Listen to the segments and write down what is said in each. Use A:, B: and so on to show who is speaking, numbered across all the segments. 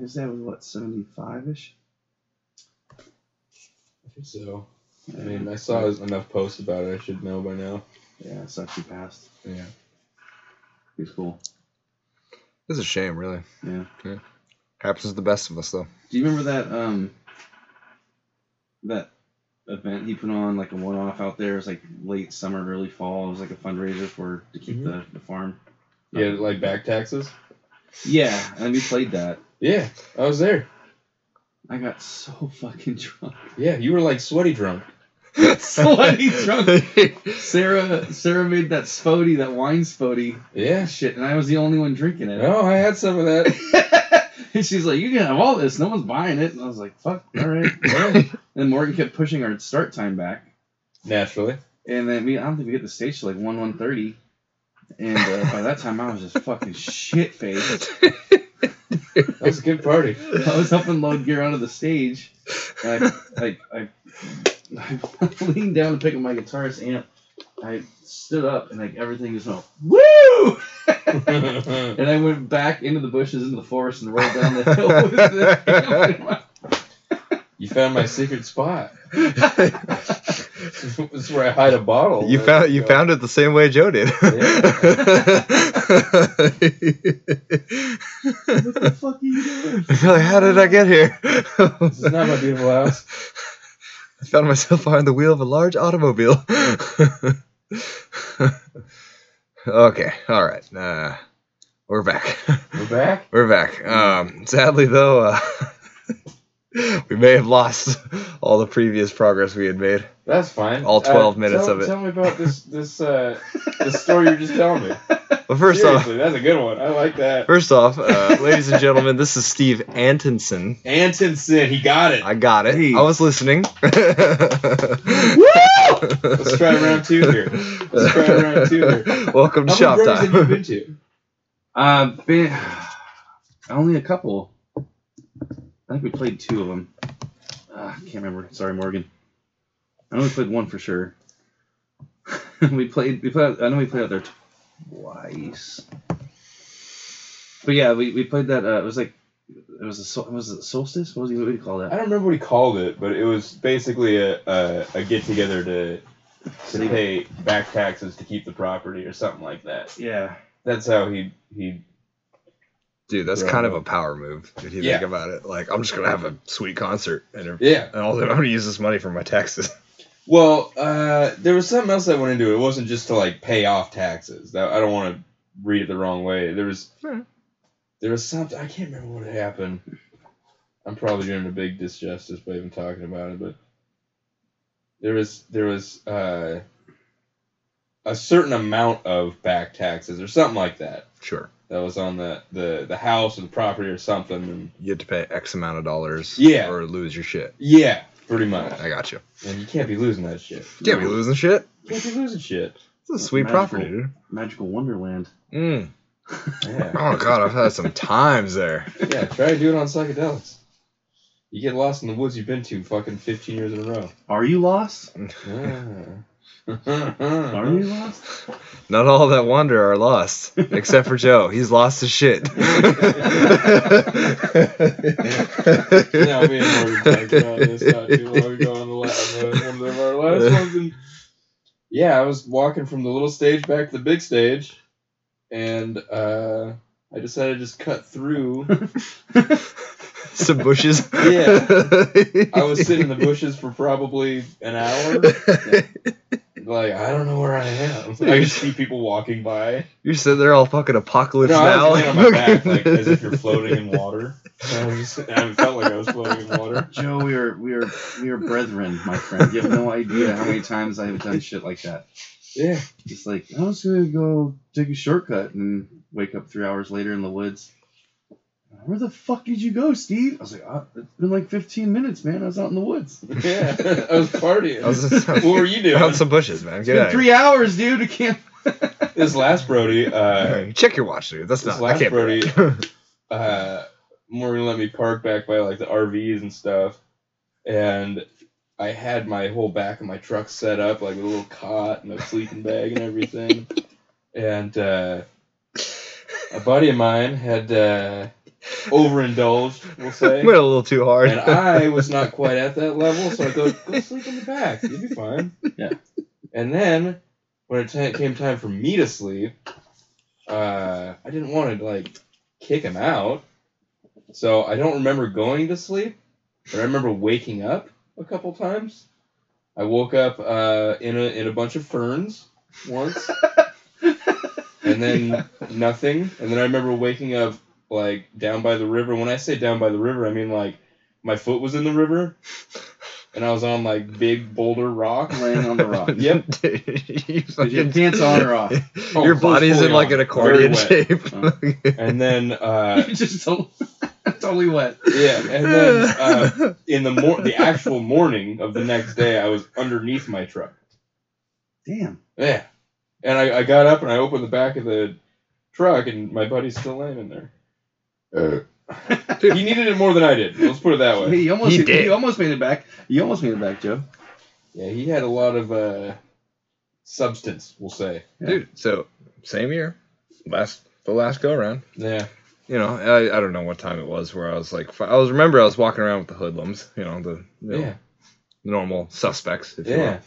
A: His dad was what seventy five ish.
B: I think so. I mean, I saw enough posts about it. I should know by now.
A: Yeah, sucks he passed.
B: Yeah.
A: He's cool.
C: This is a shame, really.
A: Yeah.
C: Happens to the best of us, though.
A: Do you remember that um that event he put on like a one off out there? It was like late summer, early fall. It was like a fundraiser for to keep the, the farm.
B: Mm-hmm.
A: Um,
B: Yeah, like back taxes.
A: Yeah, and we played that.
B: Yeah, I was there.
A: I got so fucking drunk.
B: Yeah, you were like sweaty drunk.
A: Sweaty drunk. Sarah Sarah made that spody, that wine spody
B: Yeah.
A: shit, and I was the only one drinking it.
B: No, Oh, I had some of that.
A: and she's like, "You can have all this. No one's buying it." And I was like, "Fuck, all right."
B: Yeah,
A: And Morgan kept pushing our start time back,
B: Naturally.
A: and then we—I don't think we hit the stage till like one one thirty. And uh, by that time, I was just fucking shit faced.
B: That was a good party.
A: I was up in load gear onto the stage, and I, I, I, I leaned down to pick up my guitarist amp. I stood up, and like everything just went woo,
B: That's
A: and I went back into the bushes, into the forest, and rolled down the hill with the amp in my
B: You found my secret spot. this is where I hide a bottle.
C: You found you found it the same way Joe did.
A: What the fuck are you doing?
C: You're like, how did I get here?
B: This is not my beautiful house.
C: I found myself behind the wheel of a large automobile. okay, all right. Uh, we're back.
B: We're back.
C: We're back. Um, sadly, though, uh, we may have lost all the previous progress we had made.
B: That's fine.
C: All 12 minutes
B: tell-
C: of it.
B: Tell me about this this uh, this story you're just telling me.
C: But first off,
B: Seriously, that's a good one. I like that.
C: first off, uh, ladies and gentlemen, this is Steve Antonson.
B: Antonson, he got it.
C: I got it.
A: Hey.
C: I was listening.
B: Let's try round two here. Let's try round two here.
C: Welcome to
B: How
C: Shop
B: many breweries have you
C: Time.
B: been to?
A: Uh, been, only a couple. I think we played two of them. Uh, I can't remember. Sorry, Morgan. I know we played one for sure. we played. We played. I know we played out there twice. But yeah, we, we played that. Uh, it was like it was a sol- was it solstice. What was he? What do you call
B: I
A: that?
B: don't remember what he called it, but it was basically a a, a get together to to
A: Save-
B: pay back taxes to keep the property or something like that.
A: Yeah.
B: That's how he he.
C: Dude, that's
B: Yeah.
C: kind of a power move if you
B: Yeah.
C: think about it. Like, I'm just going to have a sweet concert and, and
B: Yeah.
C: all, I'm going to use this money for my taxes.
B: Well, uh, there was something else I went into. It wasn't just to like pay off taxes. That, I don't want to read it the wrong way. There was
C: Hmm.
B: there was something I can't remember what happened. I'm probably doing a big disjustice by even talking about it, but there was there was uh, a certain amount of back taxes or something like that
C: Sure.
B: that was on the the, the house or the property or something. And
C: You have to pay X amount of dollars
B: Yeah.
C: or lose your shit.
B: yeah, pretty much.
C: I got you.
B: And you can't be losing that shit.
C: Yeah, we losing shit.
B: You can't be losing shit.
C: It's a sweet
A: Magical.
C: property, dude.
A: Magical Wonderland.
C: Mm.
B: Yeah.
C: Oh, God, I've had some times there.
B: Yeah, try to do it on psychedelics. You get lost in the woods you've been to fucking 15 years in a row.
A: Are you lost? Are you
B: Ah.
A: lost?
C: Not all that wander are lost, except for Joe. He's lost his shit.
B: yeah, me and Morgan talked about this not too long ago on the, la- on the one of our last ones. And yeah, I was walking from the little stage back to the big stage, and uh, I decided to just cut through.
C: Some bushes.
B: Yeah. I was sitting in the bushes for probably an hour. Like, I don't know where I am. I just see people walking by.
C: You're sitting there all fucking apocalypse
B: No, I
C: now.
B: was laying on my back, like as if you're floating in water. And I, was just, and I felt like I was floating in water.
A: Joe, we are we are we are brethren, my friend. You have no idea how many times I have done shit like that.
B: Yeah,
A: Just like I was gonna go take a shortcut and wake up three hours later in the woods. Where the fuck did you go, Steve? I was like, uh it's been like 15 minutes, man. I was out in the woods.
B: yeah. I was partying.
C: I was just
B: what were you doing?
C: around some bushes, man.
A: It's
C: Get
A: been
C: out. of here.
A: three hours, dude. I can't.
B: This last Brody, uh,
C: Check your watch, dude. That's
B: This
C: not. I
B: last
C: can't. be right.
B: uh, Morgan let me park back by like the RVs and stuff, and I had my whole back of my truck set up like with a little cot and a sleeping bag and everything, and uh, a buddy of mine had uh, overindulged, we'll say.
C: Went a little too hard.
B: And I was not quite at that level, so I go, go sleep in the back. You'll be fine.
A: Yeah.
B: And then when it ta- came time for me to sleep, uh, I didn't want to like kick him out, so I don't remember going to sleep, but I remember waking up a couple times. I woke up uh, in a in a bunch of ferns once, and then nothing, and then I remember waking up like down by the river. When I say down by the river, I mean like my foot was in the river, and I was on like big boulder rock.
A: laying on the rock.
B: Yep.
C: Dude, you
A: Did you
C: fucking-
A: dance on or off?
B: Oh,
C: Your
B: fully
C: body's in
B: on.
C: like an
B: Very
C: accordion
B: wet. Uh-huh.
C: shape.
A: Oh.
B: And then uh,
A: you just don't, totally wet.
B: yeah, and then uh, in the mor- the actual morning of the next day, I was underneath my truck.
A: Damn.
B: Yeah, and I, I got up and I opened the back of the truck, and my buddy's still laying in there. Uh. he needed it more than I did. Let's put it that way.
A: He almost
C: He
A: he
C: did.
A: almost made it back. You almost made it back, Joe.
B: Yeah, he had a lot of uh, substance, we'll say.
C: Dude, so same year, last the last go around.
B: Yeah,
C: You know, I, I don't know what time it was where I was like, I was remember I was walking around with the hoodlums, you know, the you know,
B: yeah,
C: normal suspects, if you
B: yeah.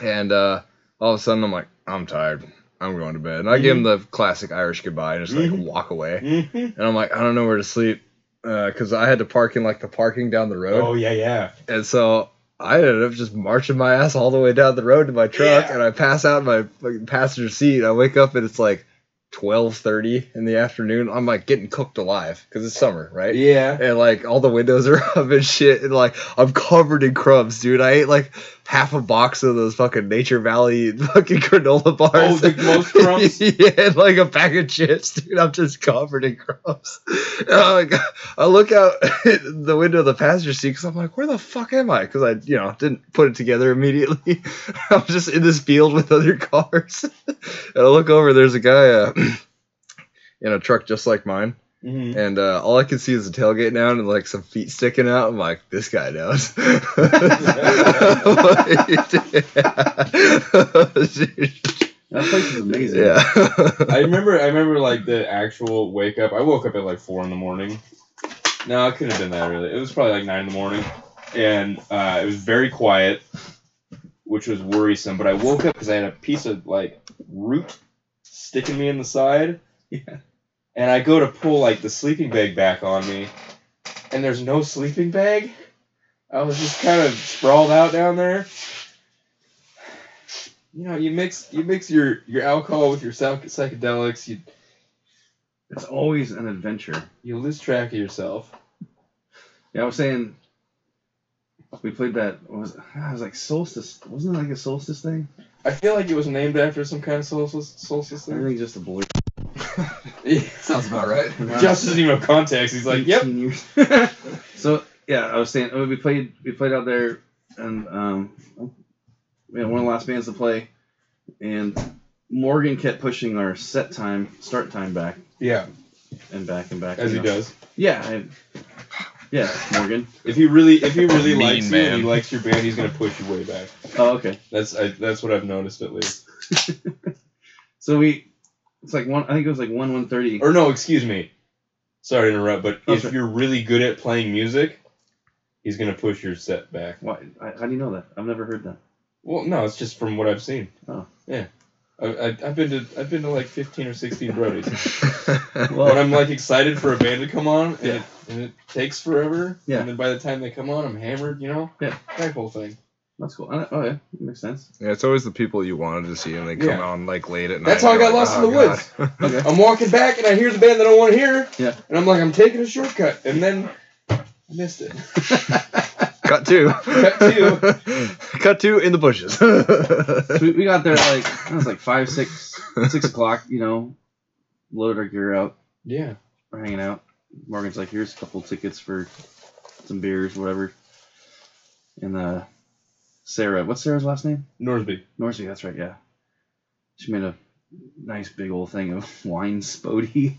C: will. And uh, all of a sudden, I'm like, I'm tired. I'm going to bed. And I give him
B: Mm-hmm.
C: the classic Irish goodbye and just like
B: Mhm.
C: walk away.
B: hmm
C: And I'm like, I don't know where to sleep because I had to park in like the parking down the road.
B: Oh yeah, yeah.
C: And so I ended up just marching my ass all the way down the road to my truck,
B: Yeah.
C: and I pass out in my fucking passenger seat. I wake up and it's like twelve thirty in the afternoon. I'm like getting cooked alive because it's summer, right?
B: Yeah.
C: And like all the windows are up and shit, and like I'm covered in crumbs, dude. I ate like half a box of those fucking Nature Valley fucking granola bars.
B: Oh, the most crumbs?
C: yeah, and like a pack of chips, dude. I'm just covered in crumbs. And I'm like, I look out the window of the passenger seat because I'm like, where the fuck am I? Because I, you know, didn't put it together immediately. I'm just in this field with other cars, and I look over. There's a guy uh, in a truck just like mine
B: hmm
C: and uh, all I can see is the tailgate now and like some feet sticking out. I'm like, this guy knows. yeah.
A: That place is amazing.
B: I remember, I remember like the actual wake up. I woke up at like four in the morning. No, it couldn't have been that early. It was probably like nine in the morning, and uh, it was very quiet, which was worrisome. But I woke up because I had a piece of like root sticking me in the side.
A: Yeah.
B: And I go to pull like the sleeping bag back on me, and there's no sleeping bag. I was just kind of sprawled out down there. You know, you mix you mix your your alcohol with your psych- psychedelics. You
A: It's always an adventure.
B: you lose track of yourself.
A: Yeah, I was saying we played that. What was it? I was like solstice. Wasn't it like a solstice thing?
B: I feel like it was named after some kind of solstice, solstice thing.
A: Everything's just a blur.
C: Sounds about right.
B: Just doesn't even have context. He's like, yep.
A: 18 years. so yeah, I was saying oh, we played we played out there, and um, we had one of the last bands to play, and Morgan kept pushing our set time, start time back
B: Yeah,
A: and back and back.
B: as
A: you
B: he
A: know.
B: does.
A: Yeah, I, yeah, Morgan.
B: If he really, if he really
C: Mean
B: likes you and
C: man.
B: he likes your band, he's gonna push you way back.
A: Oh, okay.
B: That's I, that's what I've noticed at least.
A: So we, it's like one. I think it was like one one thirty.
B: Or no, excuse me. Sorry to interrupt, but
A: Oh,
B: if
A: sure.
B: you're really good at playing music, he's gonna push your set back.
A: Why? I, how do you know that? I've never heard that.
B: Well, no, it's just from what I've seen.
A: Oh.
B: Yeah. I, I, I've been to I've been to like fifteen or sixteen Brodies.
A: Well,
B: when I'm like excited for a band to come on, and,
A: Yeah.
B: it, and it takes forever.
A: Yeah.
B: And then by the time they come on, I'm hammered. You know.
A: Yeah.
B: That whole thing.
A: That's cool. I, oh yeah, that makes sense.
C: yeah, it's always the people you wanted to see, and they come
B: Yeah.
C: on like late at night.
B: That's how I
C: You're
B: got lost in the
C: "Oh, God."
A: Okay.
B: I'm walking back and I hear the band that I want to hear.
A: Yeah.
B: And I'm like, I'm taking a shortcut, and then I missed it.
C: Cut two.
B: Cut
C: two. Cut two in the bushes.
A: So we, we got there like it was like five, six, six o'clock. You know, loaded our gear up.
B: Yeah.
A: We're hanging out. Morgan's like, "Here's a couple tickets for some beers, whatever." And uh, Sarah, what's Sarah's last name?
B: Norsby.
A: Norsby. That's right. Yeah, she made a nice big old thing of wine spody.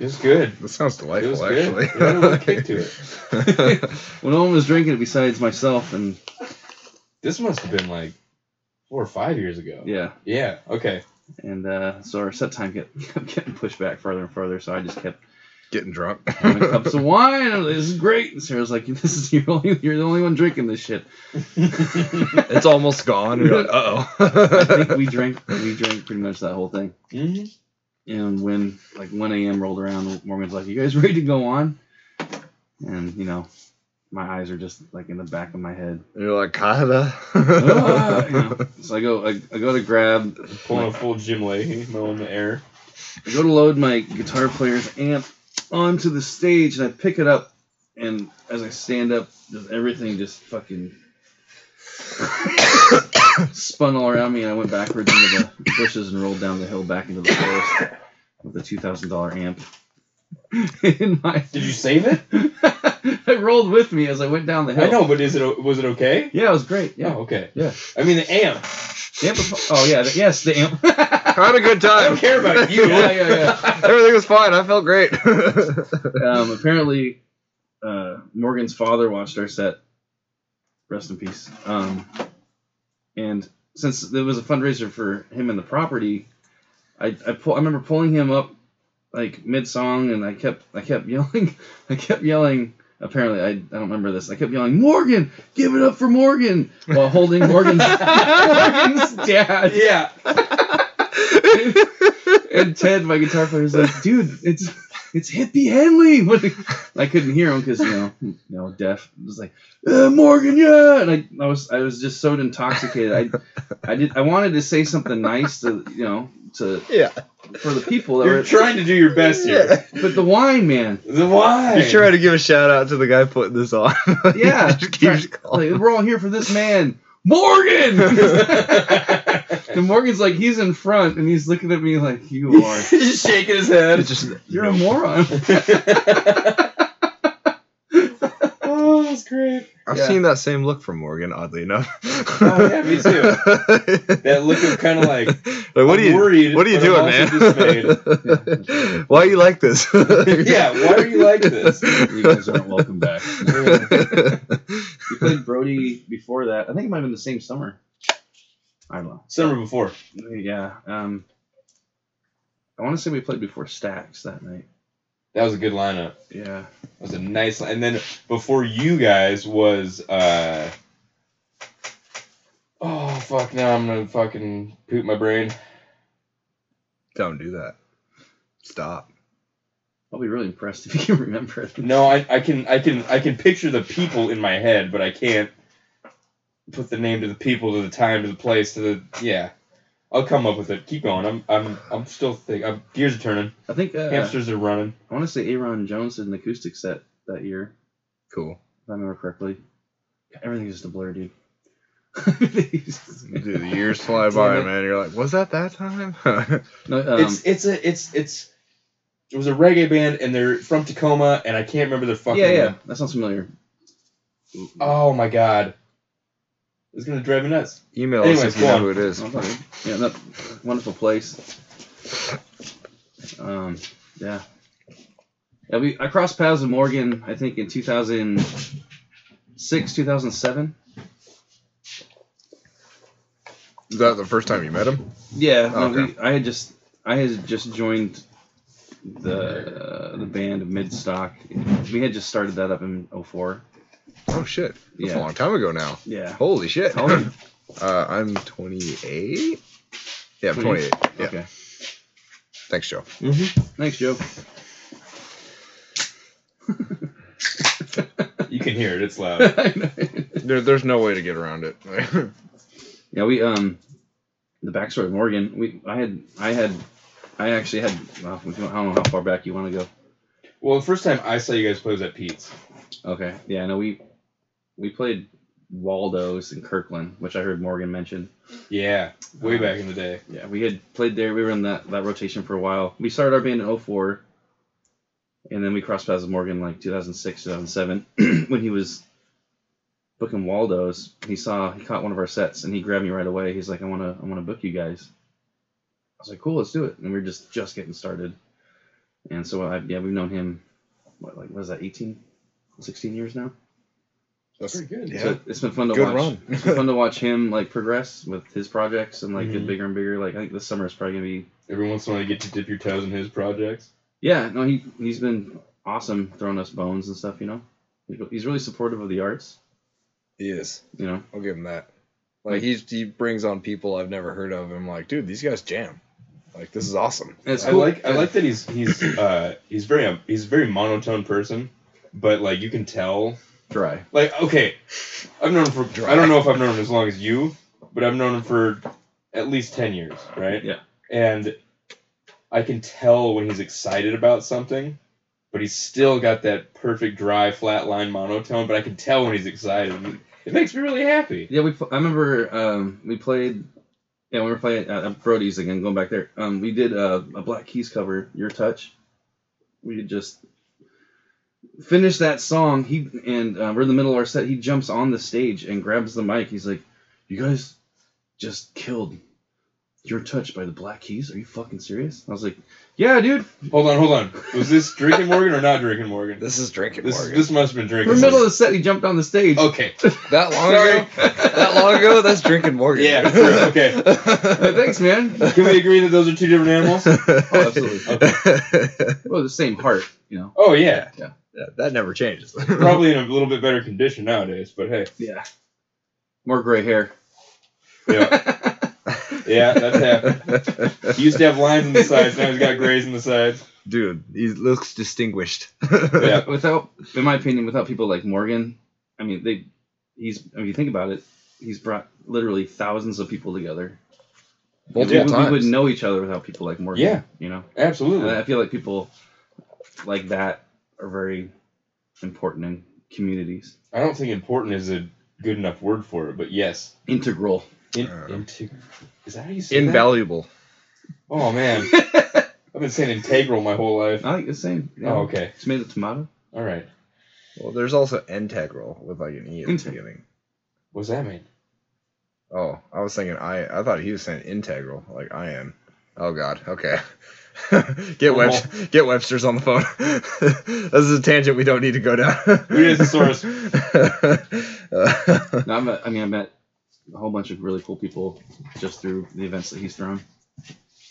B: It was good.
C: That sounds
B: It
C: delightful,
B: was
C: actually.
B: good. It had a little kick to it.
A: well, no one was drinking it besides myself, and
B: This must have been like four or five years ago.
A: yeah,
B: Yeah. Okay.
A: and uh, so our set time get, kept getting pushed back farther and farther. So I just kept
C: getting drunk.
A: having cups of wine. and This is great. And Sarah's like, "This is you're only you're the only one drinking this shit."
C: it's almost gone. and You're like, uh
A: I think
C: oh.
A: we drank we drank pretty much that whole thing.
B: Mhm.
A: And when like 1 a.m. rolled around, Morgan's like, "You guys ready to go on?" And you know, my eyes are just like in the back of my head.
C: You're like, kinda.
A: Ah, you know. So I go I, I go to grab
B: Pulling a full Jim Leahy, mowing the air.
A: I go to load my guitar player's amp onto the stage and I pick it up and as I stand up, just everything just fucking spun all around me and I went backwards into the bushes and rolled down the hill back into the forest with a two thousand dollar amp. In my
B: Did you save it?
A: I rolled with me as I went down the hill.
B: I know, but is it o- was it okay?
A: Yeah, it was great. Yeah.
B: Oh, okay.
A: Yeah.
B: I mean the amp.
A: The amp was- oh yeah, the, yes, the amp.
C: Had a good
B: I
C: time.
B: don't care about you.
A: Yeah, yeah, yeah.
C: Everything was fine. I felt great.
A: um, apparently, uh, Morgan's father watched our set. Rest in peace. Um, and since it was a fundraiser for him and the property, I I, pull, I remember pulling him up like mid song, and I kept I kept yelling, I kept yelling. Apparently, I, I don't remember this. I kept yelling, "Morgan, give it up for Morgan!" while holding Morgan's, Morgan's dad.
B: yeah.
A: And Ted, my guitar player, was like, "Dude, it's it's Hippie Henley." What the- I couldn't hear him because you know, hmm, you know, deaf. It was like uh, Morgan, yeah, and I, I was I was just so intoxicated. I I did I wanted to say something nice to you know to
C: yeah.
A: for the people that
B: You're
A: were,
B: trying to do your best here.
A: but the wine, man,
B: The why?
C: You try to give a shout out to the guy putting this on.
A: Yeah.
C: He just keeps calling.
A: like we're all here for this man, Morgan. and Morgan's like he's in front and he's looking at me like you are
B: He's shaking his head.
C: It's just-
A: you're a moron.
B: oh, that's great.
C: I've
A: Yeah.
C: seen that same look from Morgan, oddly enough.
B: Oh, yeah, me too. That look of kind of like,
C: Like, what
B: I'm
C: are you?
B: worried,
C: what are you
B: but
C: doing,
B: I'm
A: also
C: man? why you like this?
B: yeah, why are you like this?
A: You guys aren't welcome back.
C: yeah,
A: We played Brody before that. I think it might have been the same summer. I don't know.
B: Summer before.
A: Yeah. Um, I want to say we played before Stacks that night.
B: That was a good lineup.
A: Yeah.
B: That was a nice line. And then before you guys was, uh, oh, fuck, now I'm going to fucking poop my brain.
C: Don't do that. Stop.
A: I'll be really impressed if you can remember it.
B: No, I, I can, I can, I can picture the people in my head, but I can't put the name to the people, to the time, to the place, to the, yeah. I'll come up with it. Keep going. I'm, I'm, I'm still thinking. I'm, gears are turning.
A: I think uh,
B: Hamsters are running.
A: I want to say Aaron Jones did an acoustic set that year,
C: Cool.
A: if I remember correctly. Everything's just a blur, dude. no,
C: Dude, the years fly
B: Damn
C: by,
B: it.
C: man. You're like, was that that time?
A: um,
B: it's, it's a, it's, it's. It was a reggae band, and they're from Tacoma, and I can't remember their fucking
A: yeah,
B: name.
A: yeah. That sounds familiar.
B: Oh my god. It's gonna drive me nuts.
C: Email us
B: Anyways,
C: if
B: go
C: you know
B: on.
C: who it is.
A: Okay. Yeah, that wonderful place. Um, yeah. Yeah, we I crossed paths with Morgan, I think, in 2006, 2007.
C: Is that the first time you met him?
A: Yeah, no,
C: Okay.
A: Uh, we, I had just I had just joined the uh, the band of Midstock. We had just started that up in 04.
C: Oh shit, that's
A: Yeah.
C: a long time ago now.
A: Yeah.
C: Holy shit.
A: How old are you?
C: Uh, I'm 28. Yeah, I'm
A: 28.
C: 28. Yeah.
A: Okay.
C: Thanks, Joe.
A: Thanks, Joe.
B: You can hear it, it's loud.
A: yeah,
C: There, there's no way to get around it.
A: we um the backstory of Morgan. We I had I had I actually had well, if you- I don't know how far back you want to go.
B: well, the first time I saw you guys play was at Pete's.
A: Okay. Yeah, no, we we played Waldo's in Kirkland, which I heard Morgan mention.
B: Yeah, way back in the day.
A: Yeah, we had played there. We were in that, that rotation for a while. We started our band in 04, and then we crossed paths with Morgan like 2006, 2007, when he was booking Waldo's. He saw he caught one of our sets, and he grabbed me right away. He's like, "I wanna I wanna book you guys." I was like, "Cool, let's do it." And we were just just getting started, and so I yeah we've known him what like what is that 18, 16 years now.
C: That's
B: good.
C: yeah.
A: So it's been fun to
C: good
A: watch.
C: run.
A: It's been fun to watch him like progress with his projects and like get
C: Mm-hmm.
B: Mhm.
A: bigger and bigger. Like I think this summer is probably gonna be
B: Every once in a while you get to dip your toes in his projects.
A: yeah, no, he he's been awesome throwing us bones and stuff. You know, He- he's really supportive of the arts.
C: He is.
A: You know,
C: I'll give him that. Like he's, he brings on people I've never heard of. And I'm like, dude, these guys jam. Like this is awesome.
A: And it's
B: I
A: cool.
B: like I like that he's he's uh he's very um, he's a very monotone person, but like you can tell
A: dry.
B: like okay, I've known him for I don't know if I've known him as long as you, but I've known him for at least ten years, right?
A: Yeah.
B: And I can tell when he's excited about something, but he's still got that perfect dry flat line monotone. But I can tell when he's excited. It makes me really happy.
A: Yeah, we. pl- I remember um, we played. Yeah, we were playing at, at Brody's again. Going back there, um, we did a, a Black Keys cover, "Your Touch." We had just finished that song. He and uh, we're in the middle of our set. He jumps on the stage and grabs the mic. He's like, "You guys just killed." Your touch by the Black Keys? Are you fucking serious? I was like, "Yeah, dude."
B: Hold on, hold on. Was this drinking Morgan or not drinking Morgan? This
C: This is drinking
B: this,
C: Morgan.
B: must have been
A: We're
B: drinking.
A: in the middle of
B: Morgan.
A: the set. He jumped on the stage.
B: okay.
C: that long
B: Sorry.
C: ago. That long ago. That's drinking Morgan.
B: Yeah, okay.
A: Hey, thanks, man.
B: Can we agree that those are two different animals?
C: Oh,
A: absolutely. Well, the same heart, you know.
B: Oh yeah,
C: Yeah, that never changes.
B: probably in a little bit better condition nowadays. But hey,
A: Yeah. More gray hair.
B: yeah, yeah, that's happened. He used to have lines in the sides. Now he's got grays in the sides.
C: Dude, he looks distinguished.
B: Yeah.
A: without, in my opinion, without people like Morgan, I mean, they, he's. I mean, you think about it, he's brought literally thousands of people together.
C: Multiple
A: we, we
C: times.
A: wouldn't know each other without people like Morgan.
B: Yeah.
A: You know, and I
B: Absolutely.
A: feel like people like that are very important in communities.
B: I don't think important is a good enough word for it, but yes.
A: Integral.
B: In,
C: Uh.
B: integ- is that how you say
C: Invaluable.
B: That? Oh man,
A: I
B: I've been saying integral my whole life.
A: like the same. Uh, yeah.
B: Oh okay,
A: It's made of tomato.
B: all right.
C: Well, there's also integral with like an E at the
A: Integ-
C: beginning.
B: What's that mean?
C: Oh, I was thinking I. I thought he was saying integral, like I am. Oh God. Okay. get Webster, get Webster's on the phone. this is a tangent we don't need to go down.
B: Who is the source?
C: Uh,
A: No, I met, I mean, I met a whole bunch of really cool people just through the events that he's thrown.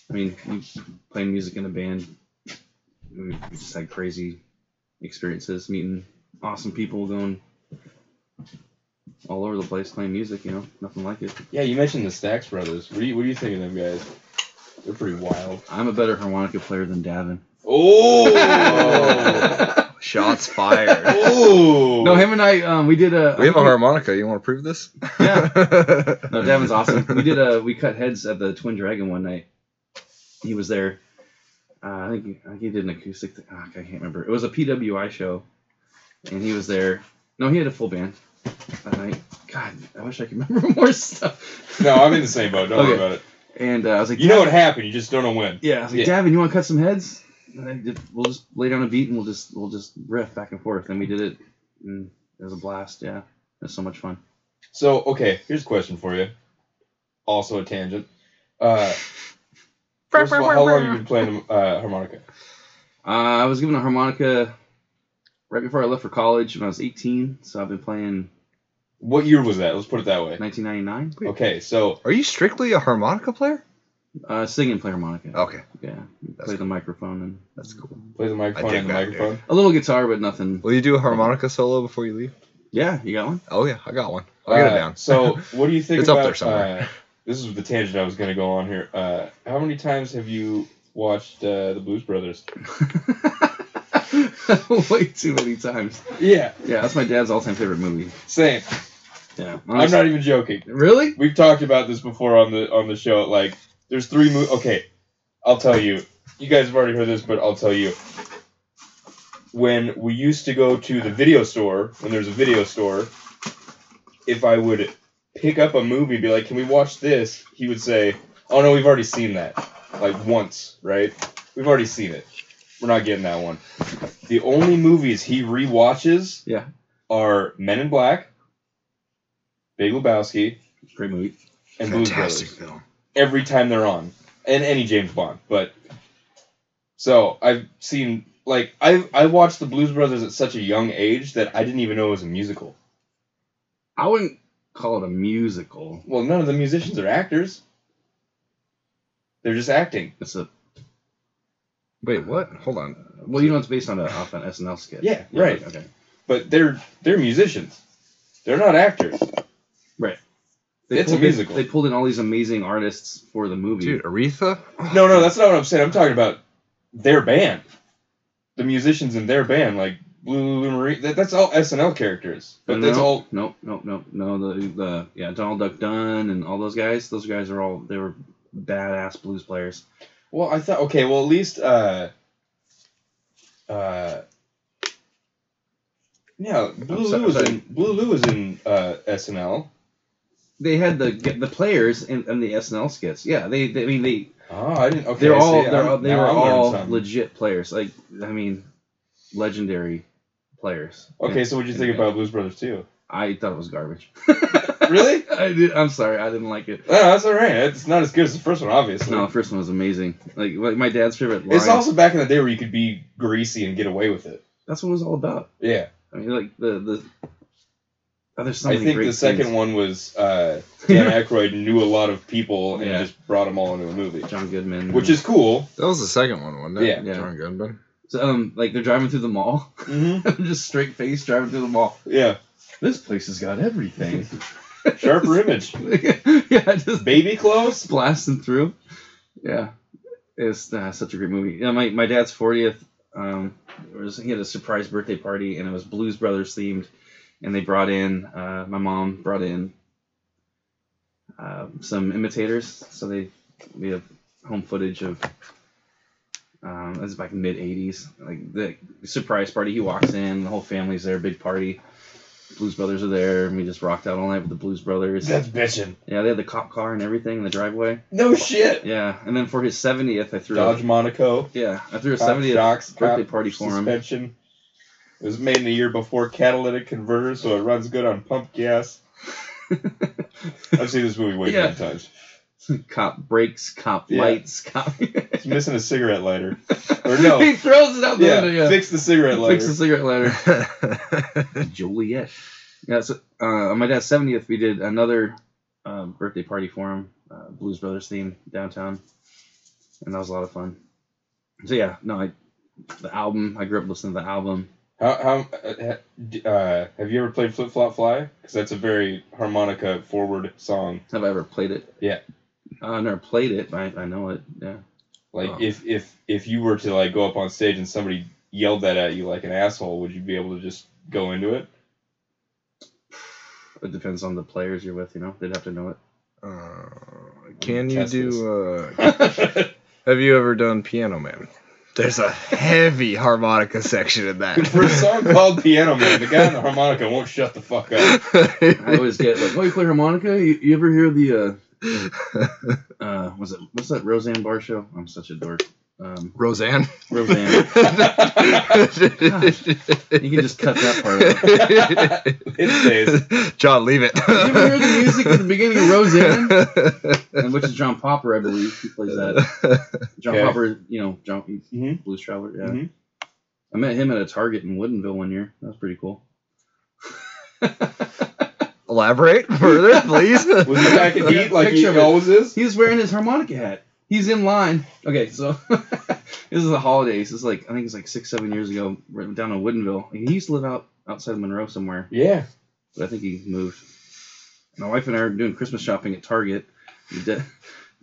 A: I mean, we played music in a band. We just had crazy experiences, meeting awesome people, going all over the place playing music. You know, nothing like it.
B: Yeah, you mentioned the Stax brothers. What do you What do you think of them guys? They're pretty wild.
A: I'm a better harmonica player than Davin.
B: Oh.
C: Shots fired.
B: Oh.
A: no, him and I, um, we did a.
C: we have a harmonica. You want to prove this?
A: Yeah. No, Davin's awesome. We did a we cut heads at the Twin Dragon one night. He was there. Uh, I think he- I think he did an acoustic. Thing. Ah, I can't remember. It was a PWI show, and he was there. No, he had a full band that night. God, I wish I could remember more stuff.
B: No, I'm in the same boat. Don't worry
A: Okay.
B: about it.
A: And uh, I was like,
B: You know what happened. You just don't know when.
A: Yeah, I was like, Davin, you want to cut some heads? And I did, we'll just lay down a beat and we'll just we'll just riff back and forth. And we did it. And it was a blast. Yeah, it was so much fun.
B: So, okay, here's a question for you. Also a tangent. Uh, first of all, how long have you been playing uh, harmonica?
A: Uh, I was given a harmonica right before I left for college when I was 18, so I've been playing
B: What year was that? Let's put it that way.
A: 1999.
B: Okay, so
C: Are you strictly a harmonica player?
A: Uh, sing and play harmonica.
B: Oh,
C: Okay,
A: Yeah, play
C: That's
A: the microphone and
C: that's cool.
B: play the microphone
C: I
B: and the
C: dig that, dude.
B: microphone.
A: a little guitar, but nothing.
C: Will you do a harmonica solo before you leave?
A: Yeah, you got one.
C: Oh yeah, I got one. I'll get
B: Uh,
C: it down.
B: so, what do you think
C: It's up
B: about?
C: there somewhere.
B: Uh, this is the tangent I was going to go on here. Uh, how many times have you watched uh, the Blues Brothers?
A: Way too many times.
B: Yeah,
A: Yeah, that's my dad's all-time favorite movie.
B: same.
A: Yeah,
B: I'm not even joking.
A: really.
B: We've talked about this before on the on the show. Like, there's three mo Okay, I'll tell you. You guys have already heard this, but I'll tell you. When we used to go to the video store, when there's a video store, if I would pick up a movie, be like, "Can we watch this?" He would say, "Oh no, we've already seen that. Like once, right? We've already seen it. We're not getting that one." The only movies he rewatches,
A: Yeah.
B: are Men in Black, Big Lebowski,
A: Great movie.
B: and Blues
C: Fantastic
B: Brothers
C: film.
B: every time they're on, and any James Bond. But so I've seen like I I watched the Blues Brothers at such a young age that I didn't even know it was a musical.
A: I wouldn't call it a musical.
B: Well, none of the musicians are actors; they're just acting.
A: It's a
C: Wait, what? Hold on.
A: Well, you know it's based on a off an SNL skit.
B: Yeah, right.
A: Okay.
B: But they're they're musicians. They're not actors. It's a
A: pulled in-
B: musical.
A: they pulled in all these amazing artists for the movie.
C: Dude, Aretha?
B: No, no, that's not what I'm saying. I'm talking about their band, the musicians in their band, like Blue Lulu Marie. That, that's all SNL characters, but
A: No,
B: that's
A: no,
B: all.
A: No, no, no, no. The the yeah, Donald Duck Dunn and all those guys. Those guys are all they were badass blues players.
B: Well, I thought okay. Well, at least uh, uh, yeah, Blue
A: I'm so-
B: Lou was
A: sorry.
B: in Blue Lou was in uh, SNL.
A: They had the the players in, in the SNL skits. Yeah, they, they I mean they
B: Oh, I didn't. Okay,
A: they're
B: I see.
A: all
B: I'm-
A: they're, all- they
B: now
A: were
B: I learned
A: all
B: something.
A: legit players. Like I mean, legendary players.
B: Okay,
A: And
B: so what'd you think about Blues Brothers too?
A: I thought it was garbage.
B: Really?
A: I did. I'm sorry, I didn't like it.
B: No, Oh, that's all right. It's not as good as the first one, obviously.
A: No, the first one was amazing. Like like my dad's favorite line.
B: It's also back in the day where you could be greasy and get away with it.
A: that's what it was all about.
B: Yeah.
A: I mean, like the the. Oh, there's so
B: I
A: many
B: think
A: great
B: the second
A: things.
B: one was uh, Dan Aykroyd knew a lot of people and
A: Yeah. Mm-hmm.
B: just brought them all into a movie,
A: John Goodman,
B: which is cool.
C: That was the second one, wasn't it?
B: Yeah.
A: Yeah.
C: John Goodman.
A: So, um, like they're driving through the mall,
B: Mm-hmm.
A: just straight face driving through the mall.
B: Yeah.
A: This place has got everything.
B: Sharper image.
A: yeah, just
B: Baby clothes.
A: blasting through. Yeah, it's uh, such a great movie. Yeah, my my dad's fortieth. Um, it was he had a surprise birthday party and it was Blues Brothers themed, and they brought in uh, my mom brought in uh, some imitators. So they we have home footage of. Um, this is back in mid '80s. Like the surprise party, he walks in, the whole family's there, big party. Blues Brothers are there, and we just rocked out all night with the Blues Brothers.
B: That's bitching.
A: Yeah, they had the cop car and everything in the driveway.
B: No shit.
A: Yeah, and then for his seventieth, I threw.
B: Dodge Monaco.
A: A, yeah, I threw a
B: cop
A: seventieth
B: shocks,
A: birthday
B: cop
A: party for him.
B: suspension. It was made in the year before catalytic converter, so it runs good on pump gas. I've seen this movie way too
A: Yeah.
B: many times.
A: cop brakes, cop
B: Yeah.
A: lights, cop.
B: It's missing a cigarette lighter. Or no.
A: he throws it out the
B: Yeah,
A: window. Yeah,
B: fix the cigarette lighter.
A: fix the cigarette lighter. Joliet. Yeah, so uh, on my dad's seventieth, we did another uh, birthday party for him, uh, Blues Brothers theme downtown, and that was a lot of fun. So yeah, no, I, the album. I grew up listening to the album.
B: How, how uh, ha- uh, have you ever played Flip Flop Fly? Because that's a very harmonica forward song.
A: Have I ever played it?
B: Yeah.
A: Uh, I never played it, but I, I know it. Yeah.
B: Like
C: Oh.
B: if if if you were to like go up on stage and somebody yelled that at you like an asshole, would you be able to just go into it?
A: It depends on the players you're with, you know. They'd have to know it.
C: Uh, can you
B: Test this.
C: do. Uh, have you ever done Piano Man? There's a heavy harmonica section in that.
B: For a song called Piano Man, the guy on the harmonica won't shut the fuck up.
A: I always get like, "Oh, you play harmonica? You, you ever hear the uh uh what's it what's that Roseanne Barr show? I'm such a dork. Um
C: Roseanne.
A: Roseanne. you can just cut that part out.
B: His days.
C: John, leave it.
A: You ever hear the music at the beginning of Roseanne? And which is John Popper, I believe. He plays that. John
B: Okay.
A: Popper, you know, John
B: Mhm.
A: Blues Traveler, yeah.
B: Mhm.
A: I met him at a Target in Woodinville one year. That was pretty cool.
C: Elaborate further, please.
B: Was he back in heat like he
A: Picture of it.
B: always is?
A: He's wearing his harmonica hat. He's in line. Okay, so this is the holidays. This is like I think it's like six, seven years ago, right down in Woodinville. He used to live out outside of Monroe somewhere,
B: Yeah.
A: but I think he moved. My wife and I are doing Christmas shopping at Target, the de-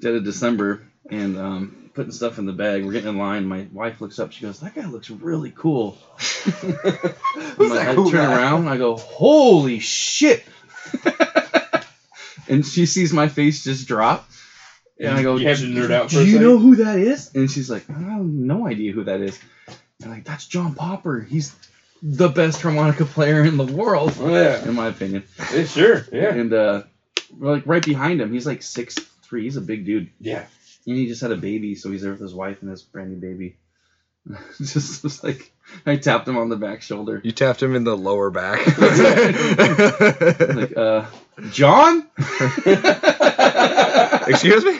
A: dead of December, and um, putting stuff in the bag. We're getting in line. My wife looks up. She goes, "That guy looks really cool."
C: Who's
A: I'm like-
C: that
A: I
C: cool
A: turn
C: guy?
A: around and I go, "Holy shit!" and she sees my face just drop. And I go,
B: you have to nerd out for
A: Do
B: a
A: you
B: second.
A: know who that is? And she's like, I have no idea who that is. And like, that's John Popper. He's the best harmonica player in the world,
B: Oh, yeah.
A: in my opinion.
B: yeah. Sure. Yeah.
A: And uh, we're like right behind him, he's like six three. He's a big dude,
B: Yeah.
A: and he just had a baby, so he's there with his wife and his brand new baby. just was like, I tapped him on the back shoulder.
C: You tapped him in the lower back.
A: Like, uh, John?
C: Excuse me?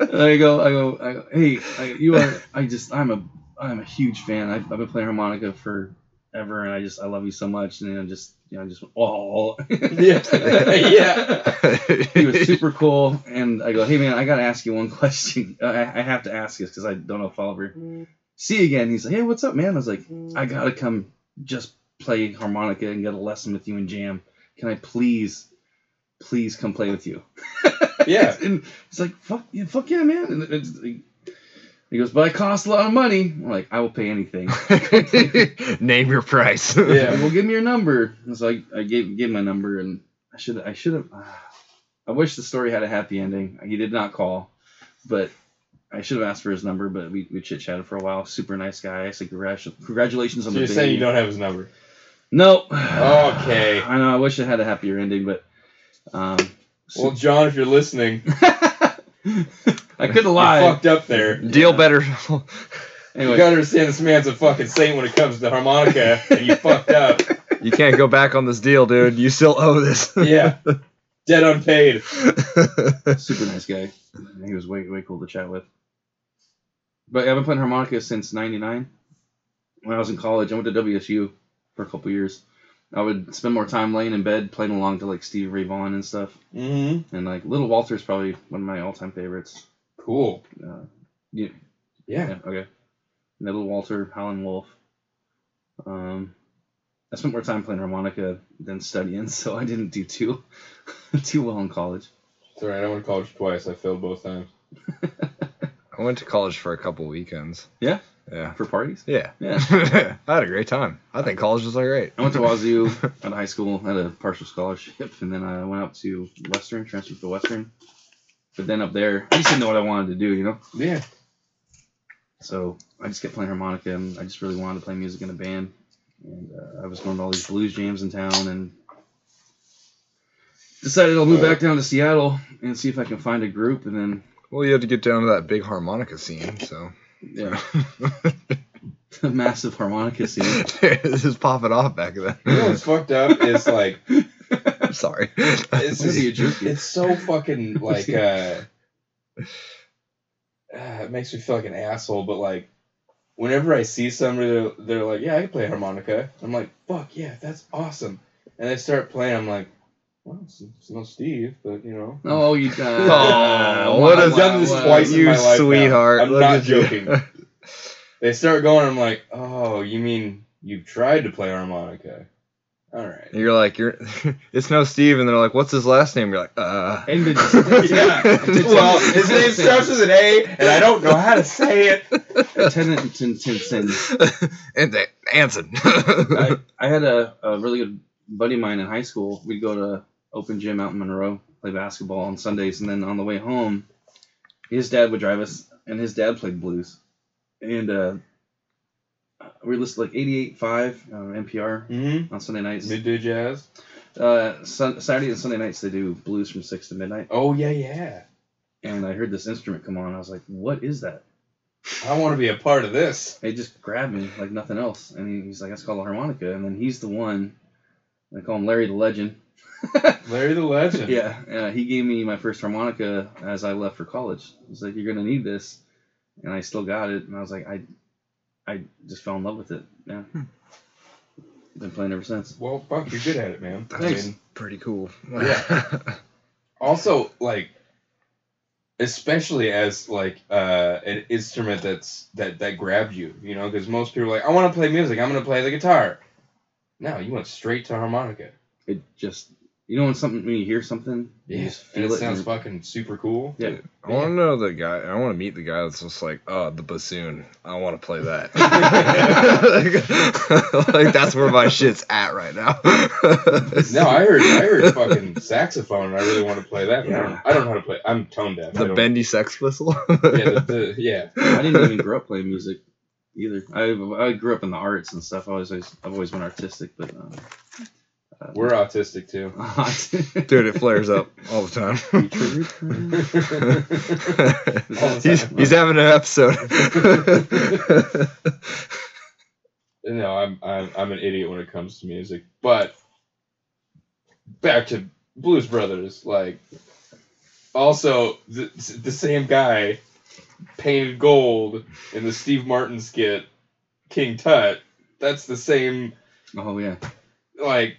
A: And I go, I go, I go hey, I, you are. I just, I'm a, I'm a huge fan. I've, I've been playing harmonica for ever, and I just, I love you so much. And then I just, you know, I just, oh,
B: Yeah. yeah.
A: he was super cool. Uh, And I go, hey man, I gotta ask you one question. I, I have to ask this because I don't know if I'll ever see again. He's like, hey, what's up, man? I was like, I gotta come just play harmonica and get a lesson with you and jam. Can I please, please come play with you?
B: Yeah.
A: and he's like, fuck, yeah, fuck yeah, man. And it's like, he goes, but it costs a lot of money. I'm like, I will pay anything.
C: Name your price.
B: Yeah.
A: Like, well, give me your number. And so I, I gave gave my number, and I should I should have. ah, I wish the story had a happy ending. He did not call, but I should have asked for his number. But we, we chit chatted for a while. Super nice guy. I said, "Congratu- congratulations on
B: So
A: the
B: you're
A: baby.
B: saying you don't have his number?
A: Nope.
B: Okay.
A: I know. I wish it had a happier ending, but um,
B: Well, John, if you're listening, you
A: I could have lied.
B: fucked up there.
C: Deal better.
A: Anyway,
B: You gotta understand this man's a fucking saint when it comes to harmonica, and you fucked up.
C: you can't go back on this deal, dude. You still owe this.
B: Yeah. Dead unpaid.
A: super nice guy. He was way way cool to chat with. But yeah, I've been playing harmonica since '99. When I was in college, I went to WSU for a couple years. I would spend more time laying in bed playing along to like Stevie Ray Vaughan and stuff.
B: Mm-hmm.
A: And like Little Walter's probably one of my all-time favorites.
B: Cool.
A: Uh, yeah,
B: Yeah.
A: yeah, okay. Little Walter, Howlin' Wolf. Um, I spent more time playing harmonica than studying, so I didn't do too too well in college.
B: It's alright, I went to college twice. I failed both times.
C: I went to college for a couple weekends.
A: Yeah?
C: Yeah.
A: For parties,
C: Yeah.
A: yeah.
C: I had a great time. I think college was like great.
A: I went to Wazoo out of high school, had a partial scholarship, and then I went up to Western, transferred to Western. But then up there, I just didn't know what I wanted to do, you know?
B: Yeah.
A: So I just kept playing harmonica, and I just really wanted to play music in a band. And uh, I was going to all these blues jams in town, and decided I'll move back down to Seattle and see if I can find a group. And then,
C: Well, you had to get down to that big harmonica scene, so
A: yeah, a massive harmonica scene.
C: this is popping off back then.
B: You know what's fucked up is like
C: I'm sorry.
B: it's
A: Why are you
B: just,
A: joking?
B: it's so fucking like uh, uh it makes me feel like an asshole, but like whenever I see somebody they're, they're like, Yeah, I can play harmonica I'm like, Fuck yeah, that's awesome and they start playing, I'm like, Well, it's, it's no Steve, but you know
A: Oh, you guys.
C: Oh, what
B: I've
C: a-
B: done this
C: wow.
B: twice in
C: You
B: my life now.
C: sweetheart,
B: I'm
C: look
B: not
C: at you.
B: joking. they start going, I'm like, Oh, you mean you've tried to play harmonica? Alright.
C: You're like, you're. It's no Steve, and they're like, what's his last name? You're like, uh.
A: And the-
B: Yeah. Well, his name starts with an A, and I don't know how to say it.
A: Tenant Tinsen.
C: and they, Anson.
A: I, I had a, a really good buddy of mine in high school. We'd go to open gym out in Monroe, play basketball on Sundays, and then on the way home, his dad would drive us, and his dad played blues, and uh, we listened like 88.5 uh, NPR
B: Mm-hmm.
A: on Sunday nights.
B: Midday jazz.
A: Uh, sun, Saturday and Sunday nights they do blues from six to midnight,
B: Oh yeah, yeah.
A: and I heard this instrument come on. I was like, "What is that?"
B: I want to be a part of this.
A: it just grabbed me like nothing else. And he, he's like, that's called a harmonica. And then he's the one, they call him Larry the Legend.
B: Larry the Legend.
A: yeah, uh, he gave me my first harmonica as I left for college. He's like, you're going to need this. And I still got it. And I was like, I I just fell in love with it. Yeah. Been playing ever since.
B: Well, fuck, you're good at it, man. I
A: Thanks.
B: mean,
C: Pretty cool.
B: Yeah. also, like, especially as like uh, an instrument that's that that grabbed you, you know, because most people are like, I want to play music. I'm gonna play the guitar. No, you went straight to harmonica.
A: It just, you know, when something, when you hear something, you just feel
B: and it
A: it. and
B: sounds
A: you're-
B: fucking super cool.
C: I want to know the guy. I want to meet the guy that's just like, oh, the bassoon. I want to play that. like, that's where my shit's at right now.
B: No, I heard I heard fucking saxophone. and I really want to play that. but I,
A: Yeah.
B: don't, I don't know how to play. I'm tone deaf. I
C: the
B: don't-
C: bendy sex whistle.
B: Yeah, the, the, yeah.
A: I didn't even grow up playing music either. I, I grew up in the arts and stuff. I was always, I've always been artistic, but um, uh,
B: We're autistic too.
C: Dude, it flares up all the time. he's, he's having an episode.
B: no, I'm, I'm I'm an idiot when it comes to music. But back to Blues Brothers, like also the, the same guy painted gold in the Steve Martin skit King Tut. That's the same
A: oh yeah,
B: like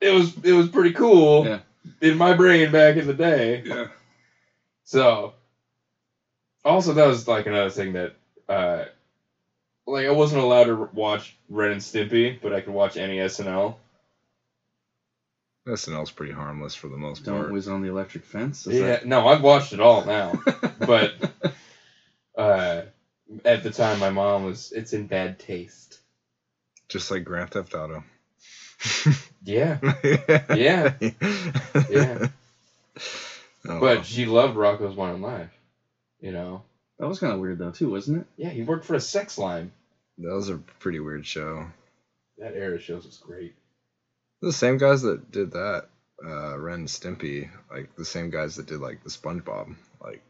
B: it was it was pretty cool
A: Yeah.
B: in my brain back in the day.
A: Yeah.
B: So also that was like another thing that uh like I wasn't allowed to watch Red and Stimpy, but I could watch any SNL.
C: SNL's pretty harmless for the most
A: Don't
C: part.
A: whiz on the electric fence. Is
B: yeah, no, I've watched it all now.
A: that-
B: but uh, at the time, my mom was. It's in bad taste.
C: Just like Grand Theft Auto.
B: Yeah,
C: yeah.
B: yeah.
C: Yeah. Oh,
B: But she loved Rocco's Wine and Life. You know.
A: that was kind of weird though too, wasn't it?
B: Yeah, he worked for a sex line.
C: that was a pretty weird show.
B: That era of shows was great.
C: The same guys that did that, uh, Ren and Stimpy, like the same guys that did like the SpongeBob, like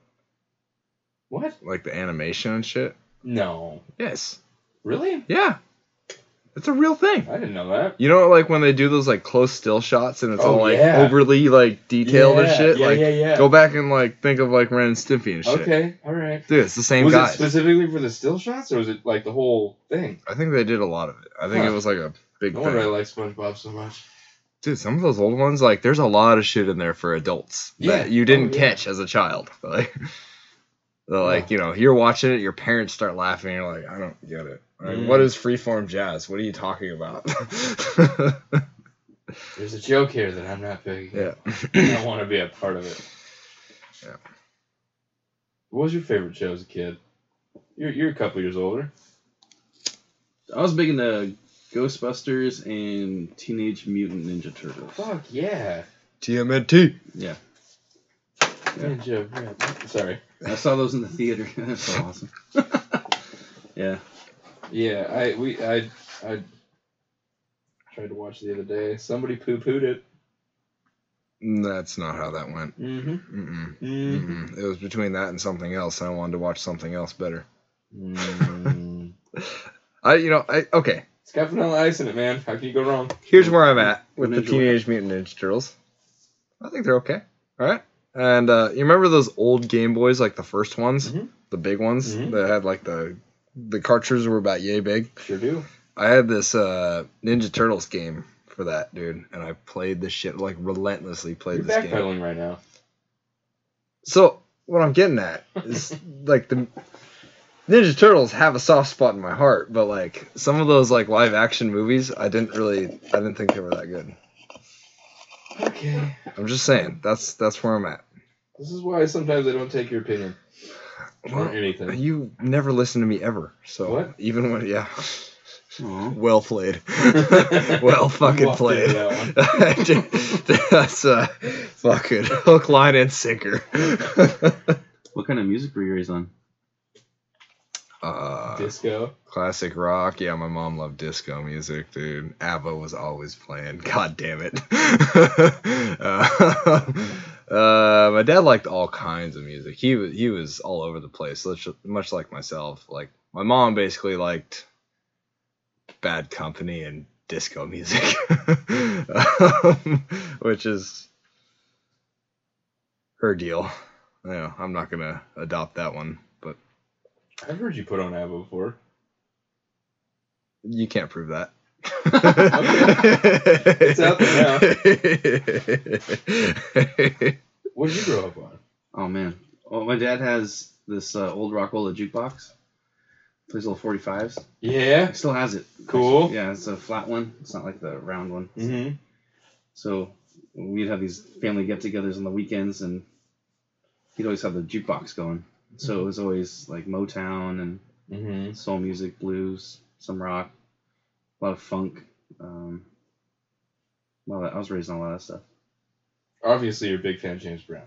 B: What?
C: like the animation and shit.
B: No.
C: Yes.
B: Really?
C: Yeah. It's a real thing.
B: I didn't know that.
C: You know, like when they do those like close still shots and it's
B: Oh,
C: all like
B: yeah.
C: overly like detailed and
B: Yeah,
C: shit.
B: Yeah,
C: like
B: yeah, yeah.
C: go back and like think of like Ren and Stimpy and shit.
B: Okay, all right.
C: Dude, it's the same
B: was
C: guys.
B: it specifically for the still shots, or was it like the whole thing?
C: I think they did a lot of it. I think
B: Huh.
C: it was like a big
B: No
C: thing.
B: wonder I like SpongeBob so much.
C: Dude, some of those old ones, like there's a lot of shit in there for adults
B: Yeah.
C: that you
B: Oh,
C: didn't
B: yeah.
C: catch as a child. Like, they're like you know, you're watching it, your parents start laughing, you're like, I don't get it. Like,
B: Mm.
C: What is freeform jazz? What are you talking about?
B: There's a joke here that I'm not picking.
C: yeah.
B: up. I don't want to be a part of it.
C: Yeah.
B: What was your favorite show as a kid? You're you're a couple years older.
A: I was big into Ghostbusters and Teenage Mutant Ninja Turtles.
B: Fuck yeah.
C: TMNT.
A: Yeah, Yeah.
B: Ninja. Rap- Sorry.
A: I saw those in the theater. That's so awesome. yeah,
B: Yeah, I we I I tried to watch the other day. Somebody poo pooed it.
C: Mm, That's not how that went.
B: Mm-hmm. Mm.
C: Mm-mm. Mm-mm. It was between that and something else, and I wanted to watch something else better.
B: Mm.
C: I, you know, I okay.
B: it's got vanilla ice in it, man. How can you go wrong?
C: here's where I'm at with the
A: Ninja
C: Teenage Mutant Ninja Turtles. I think they're okay. All right. And uh, you remember those old Game Boys, like the first ones,
B: Mhm.
C: the big ones
B: Mhm.
C: that had like the the cartridges were about yay big.
B: Sure do.
C: I had this uh, Ninja Turtles game for that, dude, and I played this shit like relentlessly. Played
B: You're
C: this game.
B: backpedaling right now.
C: So what I'm getting at is like the Ninja Turtles have a soft spot in my heart, but like some of those like live action movies, I didn't really, I didn't think they were that good.
B: Okay.
C: I'm just saying that's that's where I'm at.
B: This is why sometimes I don't take your opinion or
C: Well,
B: anything.
C: you never listen to me ever. So
B: What?
C: even when yeah,
A: Aw.
C: well played, well fucking
B: walked
C: played.
B: into
C: that's uh, fucking hook, line, and sinker.
A: what kind of music were you raised on?
C: uh,
B: Disco.
C: classic rock. Yeah, my mom loved disco music, dude. ABBA was always playing. God damn it. uh, uh, my dad liked all kinds of music. He was he was all over the place, much- much like myself. Like my mom basically liked bad company and disco music, um, which is her deal. Yeah, I'm not gonna adopt that one, but
B: I've heard you put on ABBA before.
C: You can't prove that.
B: It's out
C: there now.
B: What did you grow up on?
A: Oh man. Well, my dad has this uh, old Rockola jukebox. Plays little 45s.
B: Yeah.
A: He still has it.
B: Cool.
A: Yeah, it's a flat one. It's not like the round one.
B: Mm-hmm.
A: So we'd have these family get-togethers on the weekends, and he'd always have the jukebox going. So it was always like Motown
B: Mm-hmm.
A: and soul music, blues, some rock, a lot of funk. Um, a lot of- I was raised on a lot of that stuff.
B: Obviously, you're a big fan of James Brown.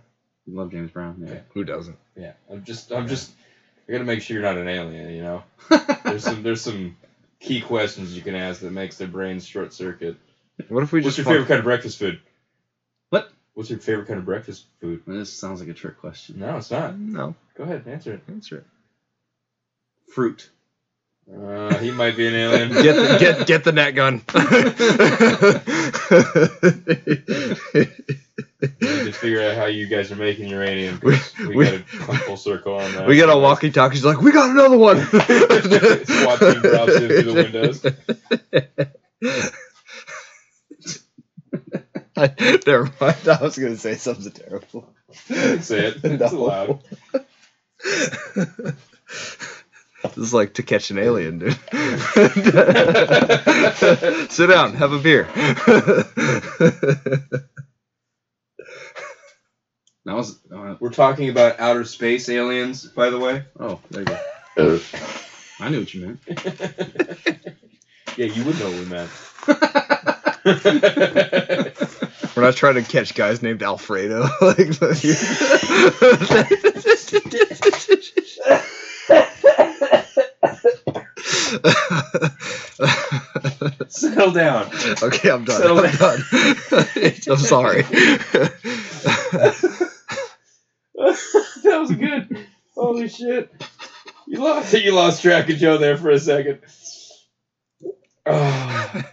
A: Love James Brown. Yeah.
C: Who doesn't?
B: Yeah. I'm just. I'm just. I gotta make sure you're not an alien. You know. There's some. There's some key questions you can ask that makes their brains short circuit.
C: What if we
B: What's
C: just
B: your
C: fuck-
B: favorite kind of breakfast food?
A: What?
B: What's your favorite kind of breakfast food?
A: this sounds like a trick question.
B: No, it's not.
C: No,
B: Go ahead, answer it.
C: that's right.
A: Fruit.
B: Uh, he might be an alien.
C: Get the, get get the net gun.
B: We need to figure out how you guys are making uranium. 'cause We,
C: We- we-
B: gotta come full circle on that.
C: we got a walkie-talkie. She's like, we got another one.
B: SWAT team drops in through the windows.
C: I, never mind. I was gonna say something terrible.
B: You can Say it. It's
C: No.
B: allowed.
C: is like to catch an alien, dude. Sit down, have a beer.
A: That was. Uh,
B: We're talking about outer space aliens, by the way.
A: oh, there you go. I knew what you meant.
B: Yeah, you would know what we meant.
C: We're not trying to catch guys named Alfredo. like,
B: Settle down.
C: okay, I'm done.
B: So-
C: I'm done. I'm sorry.
B: that was good. Holy shit. You lost you lost track of Joe there for a second. Ah,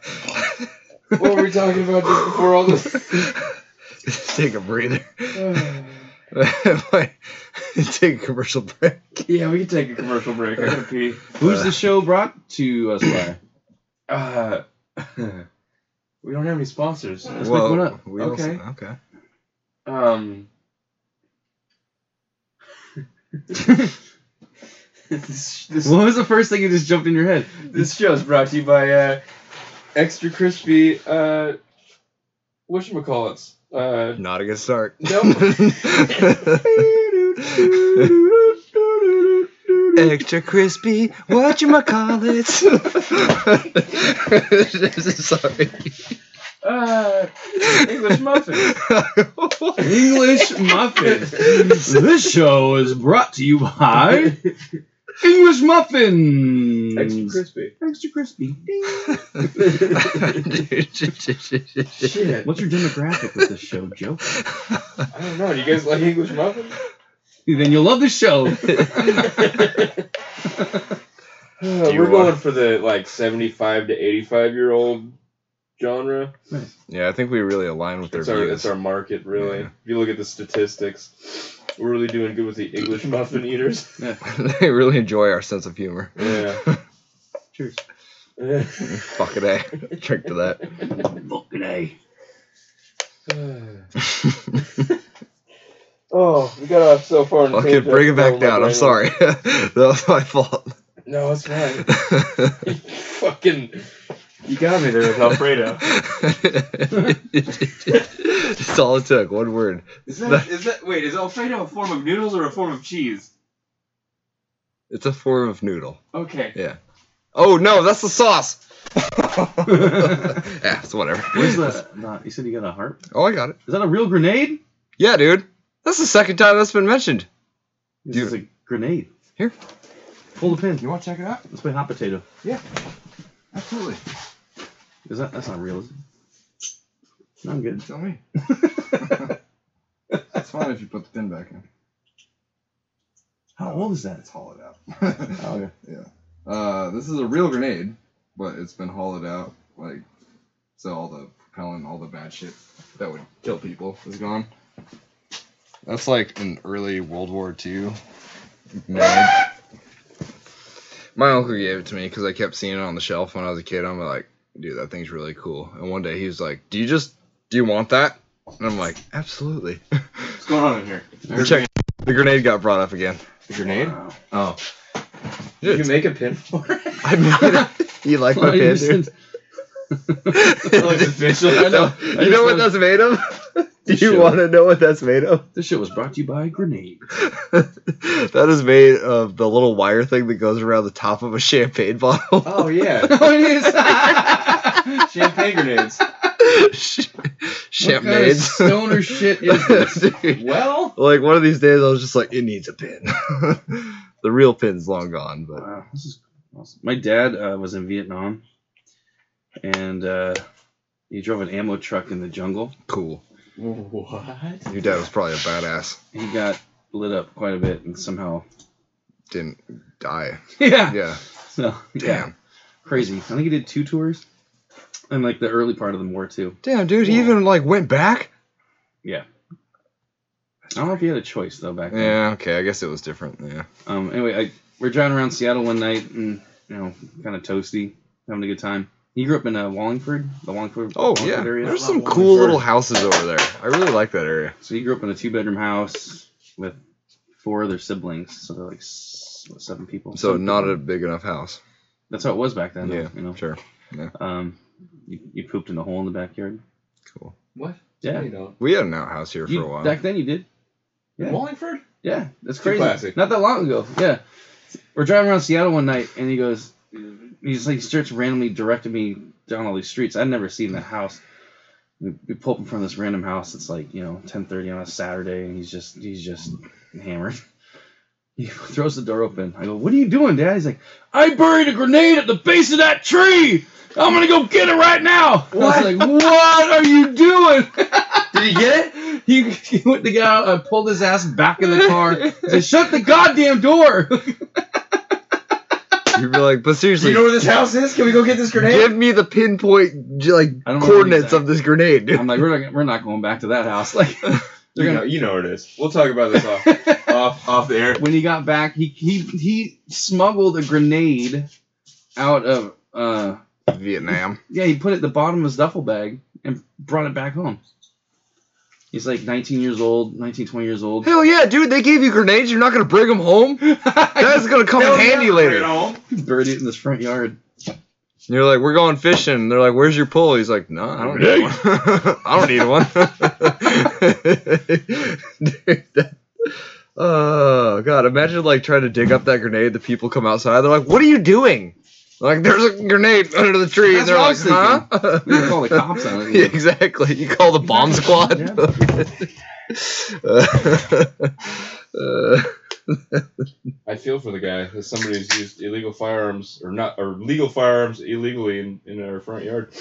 B: what were we talking about just before all this?
C: Take a breather.
B: Ah.
C: Take a commercial break.
B: yeah, we can take a commercial break. I gotta pee.
A: Who's the show brought to us by?
B: Uh, we don't have any sponsors.
A: Let's make one up.
C: we
B: Okay.
C: also- okay.
B: Um. this, this,
A: What was the first thing that just jumped in your head?
B: this show is brought to you by uh, Extra Crispy. Uh, whatchamacallits? Uh,
C: Not a good start. Extra crispy, what you call it? Sorry.
B: uh, English muffin.
A: English muffins. this show is brought to you by English muffins.
B: Extra crispy.
A: Extra crispy.
B: Shit.
A: What's your demographic with this show, Joe?
B: I don't know. Do you guys like English muffin?
A: Then you'll love the show.
B: Uh,
C: You
B: we're
C: are-
B: going for the like 75 to 85 year old genre.
C: yeah, I think we really align with their
B: It's our,
C: views.
B: it's our market, really.
C: Yeah.
B: If you look at the statistics, we're really doing good with the English muffin eaters.
C: they really enjoy our sense of humor.
B: Yeah.
A: Cheers.
C: Fuck it, eh? Drink to that.
A: Fucking A.
B: oh, we got off so far. in the
C: Fucking
B: tangent,
C: bring it
B: I'm
C: back
B: not
C: down. I'm
B: brain-
C: sorry. that was my fault.
B: No, it's fine. Fucking. You got me there with Alfredo.
C: That's all it took. One word.
B: Is that, is that wait? Is Alfredo a form of noodles or a form of cheese?
C: It's a form of noodle.
B: Okay.
C: Oh no, that's the sauce. yeah, it's whatever.
A: Where's the? Nah, you said you got a harp.
C: Oh, I got it.
A: Is that a real grenade?
C: Yeah, dude. That's the second time that's been mentioned.
A: This
C: Dude.
A: is a grenade.
C: Here.
A: Pull the pin.
B: You want to check it out?
A: Let's play hot potato.
B: Absolutely.
A: Is that? That's not real. Is it? No, I'm good.
D: Tell me. It's fine if you put the pin back in.
A: How old is that?
D: It's hollowed out. uh, this is a real grenade, but it's been hollowed out. Like, so all the propellant, all the bad shit that would kill people is gone.
C: That's like an early World War II. mag. My uncle gave it to me because I kept seeing it on the shelf when I was a kid. I'm like, dude, that thing's really cool. And one day he was like, "Do you just do you want that?" And I'm like, "Absolutely."
B: What's going on in here?
C: We're checking. The grenade got brought up again.
B: The grenade.
A: Wow.
C: Oh.
B: Did you make a pin for it?
C: I made it. You like my
A: Well, you
C: pin,
A: said-
C: dude?
B: Like the fish, like, I know.
A: I
C: you know
A: just
C: what
A: wanna-
C: that's made of? Do you
A: Sure.
C: want to know what that's made of?
A: This show was brought to you by grenade.
C: that is made of the little wire thing that goes around the top of a champagne bottle.
B: Oh yeah.
A: oh, it is.
B: Champagne grenades.
C: Sh-
A: Oh. What kind of
C: Champagnes.
A: stoner shit is this?
C: Dude,
B: Well.
C: like one of these days, I was just like, it needs a pin. the real pin's long gone, but
A: Wow, this is awesome. My dad uh, was in Vietnam, and uh, he drove an ammo truck in the jungle.
C: cool.
B: What?
C: Your dad was probably a badass.
A: He got lit up quite a bit, and somehow,
C: Didn't die.
A: yeah,
C: Yeah.
A: so yeah,
C: Damn.
A: crazy. I think he did two tours, in like the early part of the war too.
C: Damn, dude. He
B: Whoa.
C: even like went back.
A: I don't know if he had a choice though back then.
C: Yeah. Okay. I guess it was different. Yeah.
A: Um, anyway, I we're driving around Seattle one night, and you know, kind of toasty, having a good time. He grew up in uh, Wallingford, the Wallingford.
C: Oh
A: Wallingford
C: yeah,
A: area.
C: there's some cool little houses over there. I really like that area.
A: So he grew up in a two bedroom house with four other siblings. So they're like s- what, seven people.
C: So
A: Seven
C: not
A: people.
C: a big enough house.
A: That's how it was back then. though,
C: Yeah.
A: you know.
C: Sure.
A: Um, you, you pooped in a hole in the backyard.
C: Cool.
B: What? No,
A: Yeah.
B: you don't.
C: We had an outhouse here for
A: You-
C: a while.
A: Back then you did. Yeah.
B: Wallingford?
A: Yeah, that's
B: Too
A: crazy.
B: classic.
A: Not that long ago. Yeah, we're driving around Seattle one night, and he goes, he just like starts randomly directing me down all these streets. I'd never seen the house. We, we pull up in front of this random house. It's like you know, ten thirty on a Saturday, and he's just he's just hammered. He throws the door open. I go, "What are you doing, Dad?" He's like, "I buried a grenade at the base of that tree. I'm gonna go get it right now." And I was like, "What are you doing?"
B: Did he get it?
A: He, he went to get out. I pulled his ass back in the car. I said, "Shut the goddamn door!"
C: You'd be like, but
B: Do
C: seriously,
B: you know where this house is? Can we go get this grenade?
C: give me the pinpoint j- like
A: I don't know
C: coordinates
A: exact-
C: of this grenade. dude.
A: I'm like, "We're not, we're not going back to that house." Like,
B: You
A: they're
B: know, you know where it is. We'll talk about this off,
A: gonna.
B: off, off the air.
A: when he got back, he he he smuggled a grenade out of uh
C: Vietnam.
A: yeah he put it at the bottom of his duffel bag and brought it back home. He's like 19 years old, 19 20 years old.
C: Hell yeah, dude! They gave you grenades. You're not gonna bring them home. That's gonna come in handy later. And
B: Home.
A: Buried it in his front yard.
C: you're like, we're going fishing. And they're like, where's your pole? He's like, no, I don't need one. I don't need one. dude, that, oh god! Imagine like trying to dig up that grenade. The people come outside. They're like, what are you doing? Like, there's a grenade under the tree.
A: That's
C: and they're
A: what I
C: like,
A: was
C: huh?
A: We could call the cops on it.
C: Yeah, exactly. You call the bomb squad. Uh,
B: I feel for the guy. That somebody who's used illegal firearms or not or legal firearms illegally in, in our front yard.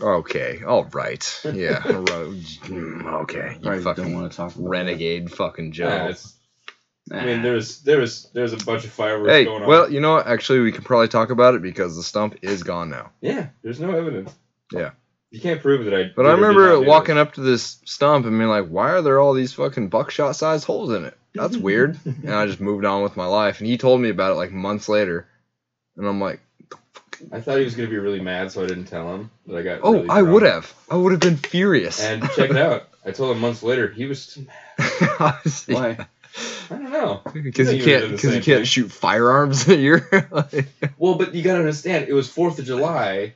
C: okay. All right. Yeah. ro- mm, okay. You
A: Probably don't
C: fucking
A: want to talk. About
C: renegade fucking Joe.
B: Yeah, it's-
A: That.
B: I mean, there's there's there's a bunch of fireworks
C: hey,
B: going on.
C: well, you know what? Actually, we can probably talk about it because the stump is gone now.
B: yeah, there's no evidence.
C: Yeah.
B: you can't prove that I.
C: But I remember walking up to this stump and being like, why are there all these fucking buckshot sized holes in it? That's weird. and I just moved on with my life. And he told me about it like months later. And I'm like,
B: I thought he was gonna be really mad, so I didn't tell him that I got.
C: oh,
B: really
C: I
B: drunk.
C: would have. I would have been furious.
B: And check it out. I told him months later. He was.
A: Why?
B: I don't know.
C: Because
B: Yeah, you would've
C: you can't
B: done the
C: because you
B: same
C: can't
B: thing.
C: shoot firearms. You're like,
B: Well, but you gotta understand, it was Fourth of July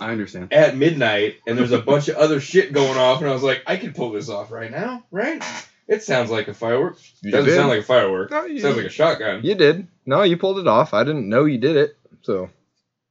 A: I understand.
B: at midnight, and there's a bunch of other shit going off, and I was like, I can pull this off right now, right? It sounds like a firework.
C: you
B: Doesn't
C: did.
B: sound like a firework.
C: no, you,
B: Sounds like a shotgun.
C: you did. No, you pulled it off. I didn't know you did it. So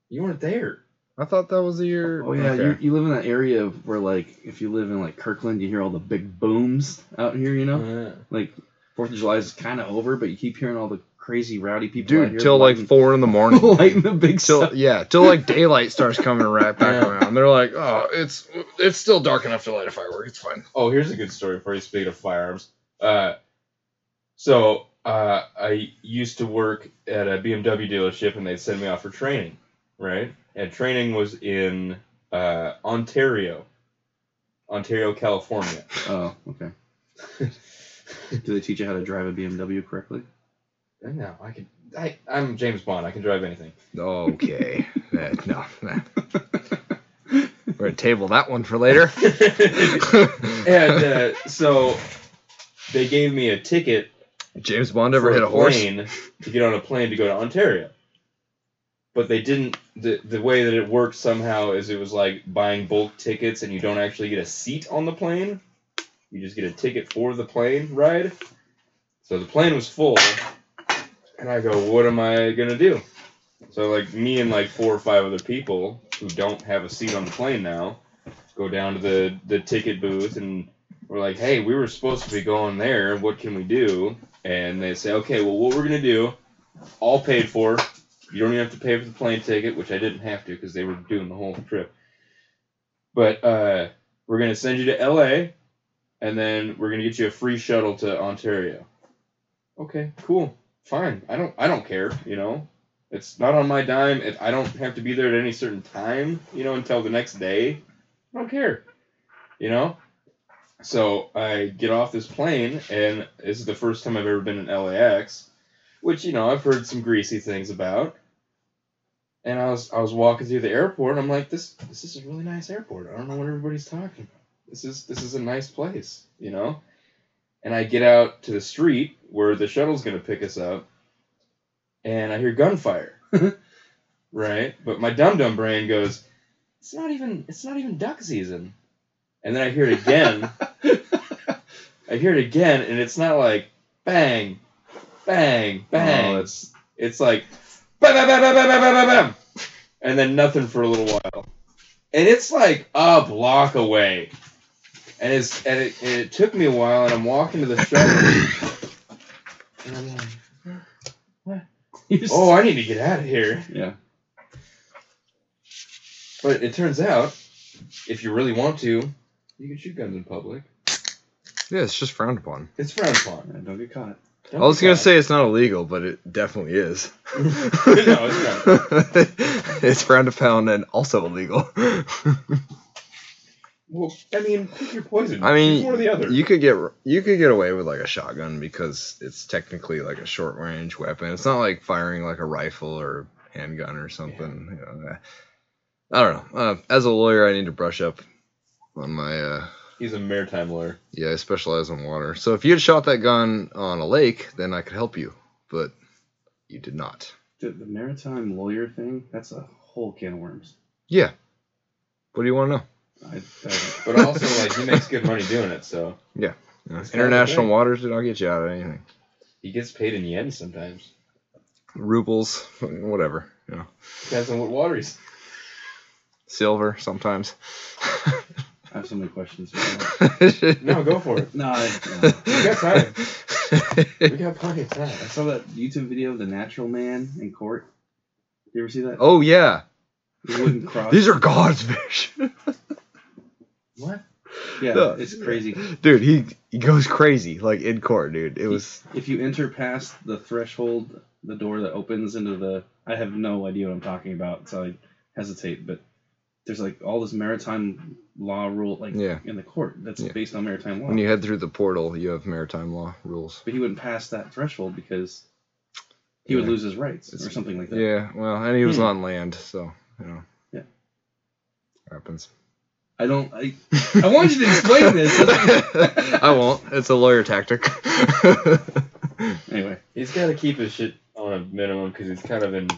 B: You weren't there.
C: I thought that was the year.
A: Oh yeah,
C: Okay.
A: you, you live in that area of where like if you live in like Kirkland, you hear all the big booms out here. You know,
B: Uh,
C: Mm-hmm.
A: like Fourth of July is kind of over, but you keep hearing all the crazy rowdy people. out
C: dude
A: here
C: till like
A: lighting-
C: four in the morning.
A: lighting the big
C: Till
A: stuff.
C: yeah, till like daylight starts coming right back
B: Yeah.
C: around. They're like, oh, it's it's still dark enough to light a firework. It's fine.
B: oh, here's a good story for you. Speaking of firearms, uh, so uh, I used to work at a BMW dealership, and they'd send me off for training, right? And training was in uh, Ontario, Ontario, California.
A: Oh okay. Do they teach you how to drive a BMW correctly?
B: And now I can. I, I'm James Bond. I can drive anything.
C: Okay, Eh, no, nah. we're gonna table that one for later.
B: and uh, so they gave me a ticket
C: James Bond ever
B: for
C: hit a horse?
B: plane to get on a plane to go to Ontario. But they didn't. The, the way that it worked somehow is it was like buying bulk tickets and you don't actually get a seat on the plane. You just get a ticket for the plane ride. So the plane was full. And I go, what am I going to do? So, like, me and like four or five other people who don't have a seat on the plane now go down to the, the ticket booth and we're like, hey, we were supposed to be going there. What can we do? and they say, okay, well, what we're gonna do, all paid for. You don't even have to pay for the plane ticket, which I didn't have to because they were doing the whole trip. But uh, we're gonna send you to LA, and then we're gonna get you a free shuttle to Ontario. Okay, cool, fine. I don't, I don't care. You know, it's not on my dime. It, I don't have to be there at any certain time. You know, until the next day. I don't care. You know. So I get off this plane, and this is the first time I've ever been in LAX, which you know I've heard some greasy things about. And I was I was walking through the airport, and I'm like, this this is a really nice airport. I don't know what everybody's talking about. This is this is a nice place, you know. And I get out to the street where the shuttle's gonna pick us up, and I hear gunfire. right? But my dum dum brain goes, It's not even it's not even duck season. And then I hear it again. I hear it again and it's not like bang, bang, bang.
A: Oh,
B: it's it's like bam bam bam bam bam bam bam bam and then nothing for a little while. And it's like a block away. And it's and it, and it took me a while and I'm walking to the shuttle and I'm like oh, I need to get out of here.
A: yeah.
B: But it turns out, if you really want to, you can shoot guns in public.
C: Yeah, it's just frowned upon.
B: It's frowned upon.
A: Yeah, Don't get caught.
B: Don't
C: I was
B: do
C: gonna
B: that.
C: say it's not illegal, but it definitely is. it's frowned upon and also illegal.
B: Well, I mean, pick your poison.
C: I mean,
B: Choose one or the other.
C: you could get you could get away with like a shotgun because it's technically like a short range weapon. It's not like firing like a rifle or handgun or something. You know, I don't know. Uh, as a lawyer, I need to brush up on my. Uh,
B: He's a maritime lawyer.
C: yeah, I specialize in water. So if you had shot that gun on a lake, then I could help you, but you did not.
A: The, the maritime lawyer thing, that's a whole can of worms.
C: What do you want to know?
A: I, I,
B: But also, like, he makes good money doing it, so
C: You know,
B: It's kinda
C: international
B: great.
C: waters, dude. I'll get you out of anything.
B: he gets paid in yen sometimes.
C: Rubles, whatever. You know,
B: Depends on what water he's.
C: silver sometimes.
A: I have so many questions. Right
B: No, go for it.
A: now. no, I,
B: We got time. We got plenty of time.
A: I saw that YouTube video of the natural man in court. You ever see that?
C: oh yeah,
A: He wouldn't cross.
C: these are God's fish,
B: What?
A: yeah,
C: no.
A: it's crazy.
C: dude. He, he goes crazy like in court, dude. It was
A: If you enter past the threshold, the door that opens into the. I have no idea what I'm talking about, so I hesitate, but there's like all this maritime law rule like
C: Yeah.
A: in the court that's
C: Yeah.
A: based on maritime law.
C: when you head through the portal, you have maritime law rules.
A: but he wouldn't pass that threshold because he would
C: Yeah.
A: lose his rights or
C: It's-
A: something like that.
C: Yeah, well, and he was
B: Hmm.
C: on land, so you know.
A: Yeah.
C: Happens.
A: I don't. I, I want you to explain this.
C: I won't. It's a lawyer tactic.
A: anyway,
B: He's got to keep his shit on a minimum because he's kind of in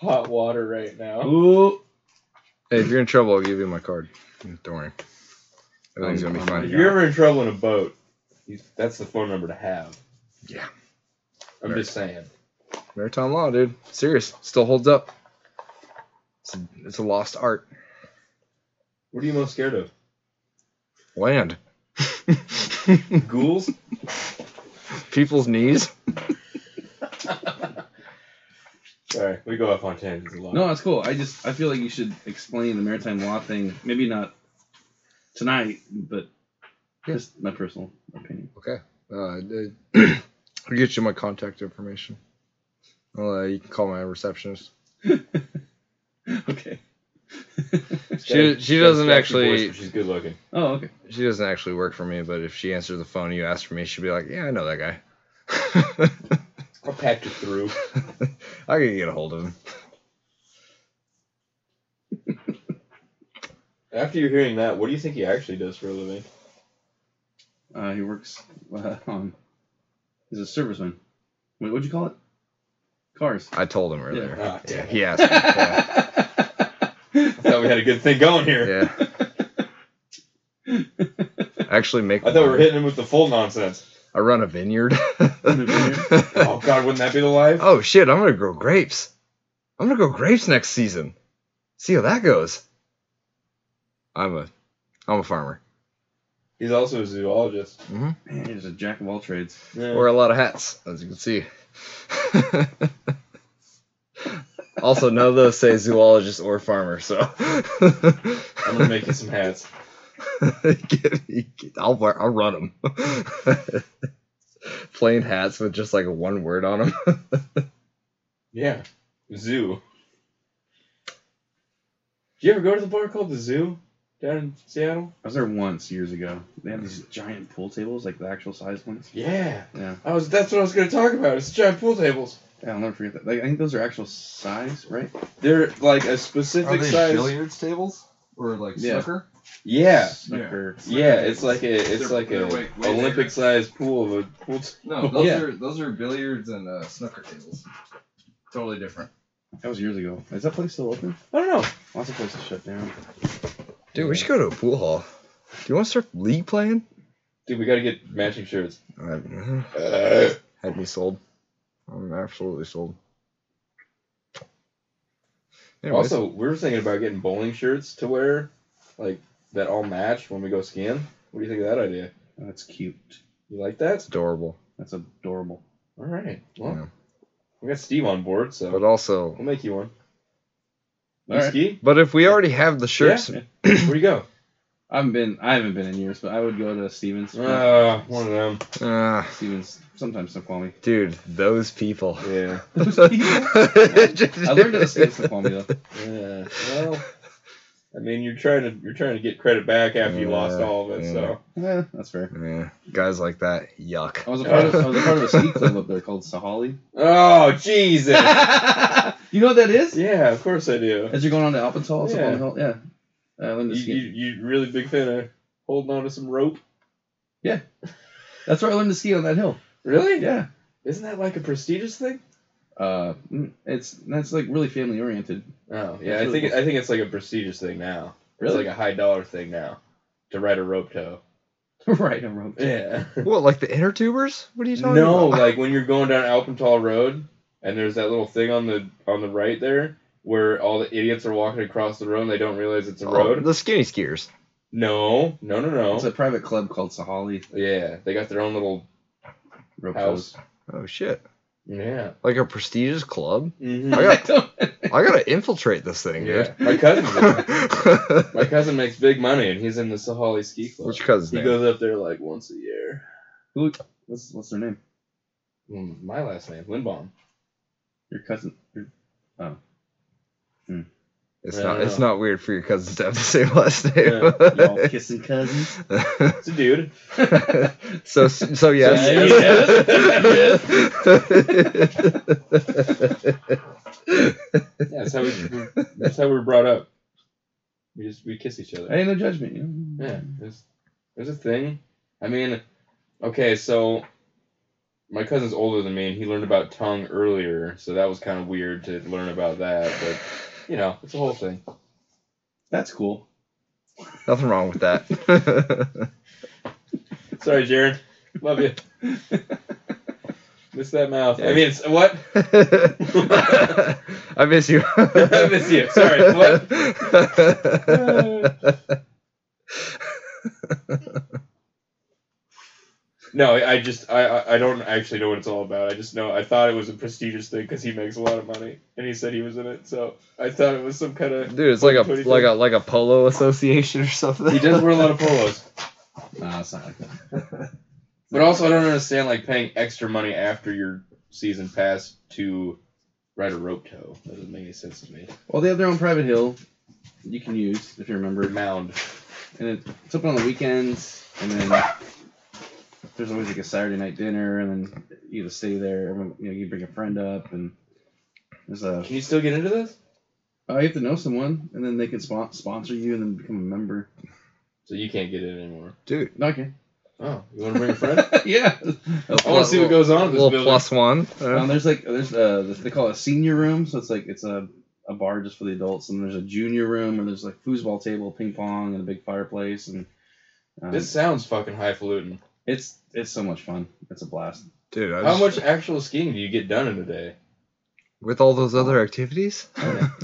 B: hot water right
C: Oh.
B: now.
A: Ooh,
C: Hey, if you're in trouble, I'll give you my card. Don't worry. Everything's gonna be
B: If
C: fine.
B: you're ever in trouble in a boat, you, that's the phone number to have.
C: Yeah.
B: I'm just saying.
C: Maritime law, dude. Serious. Still holds up. It's a, it's a lost art.
B: What are you most scared of?
C: Land.
B: Ghouls?
C: People's knees.
B: Sorry, we go off on tangents a lot.
A: no, that's cool. I just I feel like you should explain the maritime law thing. Maybe not tonight, but
C: Yeah.
A: just my personal opinion.
C: Okay. Uh, d- I'll get you my contact information. Well, uh, you can call my receptionist.
A: Okay.
C: She, she doesn't actually
B: She's good looking.
A: Oh, okay.
C: she doesn't actually work for me, but if she answers the phone, and you ask for me, she'll be like, "Yeah, I know that guy.
B: I'll patch you through.
C: I can get a hold of him."
B: After you're hearing that, what do you think he actually does for a living?
A: Uh, he works uh, on. He's a serviceman. Wait, what'd you call it? Cars.
C: I told him earlier.
B: Ah,
C: Yeah,
B: damn it.
C: he asked. Me. Yeah.
B: I thought we had a good thing going here.
C: yeah. I actually make.
B: I thought we were
C: wine.
B: hitting him with the full nonsense.
C: I run a vineyard.
A: vineyard?
B: Oh God, wouldn't that be the life?
C: oh shit! I'm gonna grow grapes. I'm gonna grow grapes next season. See how that goes. I'm a, I'm a farmer.
B: He's also a zoologist.
A: Man, he's a jack of all trades.
B: Yeah.
C: Wear a lot of hats, as you can see. also, none of those say zoologist or farmer, so.
B: I'm gonna make you some hats.
C: Give me- I'll, wear, I'll run them. Plain hats with just like one word on them.
B: Yeah, zoo. Did you ever go to the bar called the Zoo down in Seattle?
A: I was there once years ago. They have these giant pool tables, like the actual size ones.
B: Yeah.
A: Yeah.
B: I was. That's what I was gonna talk about. It's giant pool tables.
A: Yeah, I'll never forget that. Like, I think those are actual size, right?
B: They're like a specific size.
D: billiards tables or like
A: Yeah.
D: snooker?
B: Yeah,
A: Sucker.
B: yeah. It's like a it's
D: They're-
B: like a
D: they're way- way bigger.
B: Olympic sized pool of a pool. t-
D: No, those
B: Yeah.
D: are those are billiards and uh, snooker tables. Totally different.
A: That was years ago. Is that place still open?
B: I don't know.
A: Lots of places shut down.
C: Dude, we should go to a pool hall. Do you want to start league playing?
B: Dude, we gotta get matching shirts.
C: I had me sold. I'm absolutely sold. Anyways,
B: also, we were thinking about getting bowling shirts to wear, like that all match when we go skiing. What do you think of that idea?
A: That's cute.
B: You like that?
C: adorable.
A: That's adorable.
B: All right. Well,
C: Yeah.
B: we got Steve on board, so
C: But uh, also,
B: we'll make you one. You
A: All right.
B: ski?
C: but if we already have the shirts,
A: Yeah.
B: Where you go?
A: I haven't been I haven't been in years, but I would go to Stevens.
B: Uh, one of them.
C: ah,
A: Stevens sometimes Snoqualmie.
C: dude, those people.
B: Yeah.
A: Those people. I learned how to skate Snoqualmie though.
B: Yeah. Well, I mean, you're trying to you're trying to get credit back after you lost
C: Yeah,
B: all of it.
C: yeah.
B: So
A: Eh, that's fair.
C: Yeah, guys like that, yuck.
A: I was a part of I was a part of a ski club up there called Sahali.
B: oh Jesus.
A: you know what that is?
B: yeah, of course I do.
A: As you're going on to Alpental, it's up on
B: Yeah.
A: the hill. Yeah. Uh,
B: You,
A: Linda
B: you
A: ski.
B: you really big fan of holding on to some rope?
A: That's where I learned to ski on that hill.
B: Really?
A: Yeah.
B: Isn't that like a prestigious thing?
A: Uh, mm, it's that's like really family oriented.
B: Oh yeah,
A: That's
B: I
A: really
B: think I think it's like a prestigious thing now.
A: Really?
B: It's like a high dollar thing now to ride a rope tow.
A: right, I'm wrong.
B: Yeah.
C: What, like the inner tubers? What are you talking
B: No,
C: about?
B: like when you're going down Alpental Road, and there's that little thing on the on the right there where all the idiots are walking across the road and they don't realize it's a
C: Oh,
B: road.
C: the skinny skiers.
B: No, no, no, no.
A: It's a private club called Sahali
B: yeah, they got their own little
A: Rope
B: house.
C: Oh shit!
B: Yeah.
C: Like a prestigious club.
B: Mhm.
C: I
A: Toes.
C: got, I gotta infiltrate this thing,
B: yeah. My cousin,
C: dude.
B: my cousin makes big money, and he's in the Sahali Ski Club.
C: Which cousin's
B: he
C: name?
B: goes up there like once a year.
A: Who? What's what's their name?
B: Mm, My last name, Lindbaum.
A: Your cousin. Your,
C: It's
B: I
C: not.
B: don't
C: It's
B: know.
C: not weird for your cousins to have the same last name.
A: y'all kissing cousins.
B: It's a dude.
C: so so yes.
B: So, yes. Yeah, that's how we. that's how we were brought up. We just we kiss each other.
A: Hey, no judgment. You know?
B: Yeah, there's there's a thing. I mean, okay, so my cousin's older than me, and he learned about tongue earlier, so that was kind of weird to learn about that. But you know, it's a whole thing.
A: That's cool.
C: Nothing wrong with that.
B: Sorry, Jared. Love you. Miss that mouth. I mean, it's what?
C: I miss you.
B: I miss you. Sorry. What? No, I I just I I- I don't actually know what it's all about. I just know I thought it was a prestigious thing because he makes a lot of money, and he said he was in it. So I thought it was some kind of.
C: Dude, it's like a
B: 2023.
C: like a like a polo association or something.
B: He does wear a lot of polos.
A: Nah, it's not like that.
B: But also, I don't understand like paying extra money after your season pass to ride a rope tow. That doesn't make any sense to me.
A: Well, they have their own private hill you can use if you
B: Or a
A: remember,
B: mound.
A: and it, it's open on the weekends. And then there's always like a Saturday night dinner, and then you just stay there. Everyone, you know, you bring a friend up, and there's a
B: Can you still get into this?
A: oh, you have to know someone, and then they can spon- sponsor you, and then become a member.
B: So you can't get in anymore.
C: Dude,
A: No, I can.
B: Oh, you want to bring a friend?
A: yeah.
B: I want to see what goes on
C: a
B: in
C: little
B: this building.
C: plus one.
A: Um,
C: Uh,
A: there's like there's uh this- they call it a senior room, so it's like it's a a bar just for the adults, and there's a junior room where there's like foosball table, ping pong, and a big fireplace, and um,
B: This sounds fucking highfalutin.
A: it's it's so much fun. It's a blast.
C: dude, I
B: How
C: just,
B: much actual skiing do you get done in a day?
C: with all those other activities?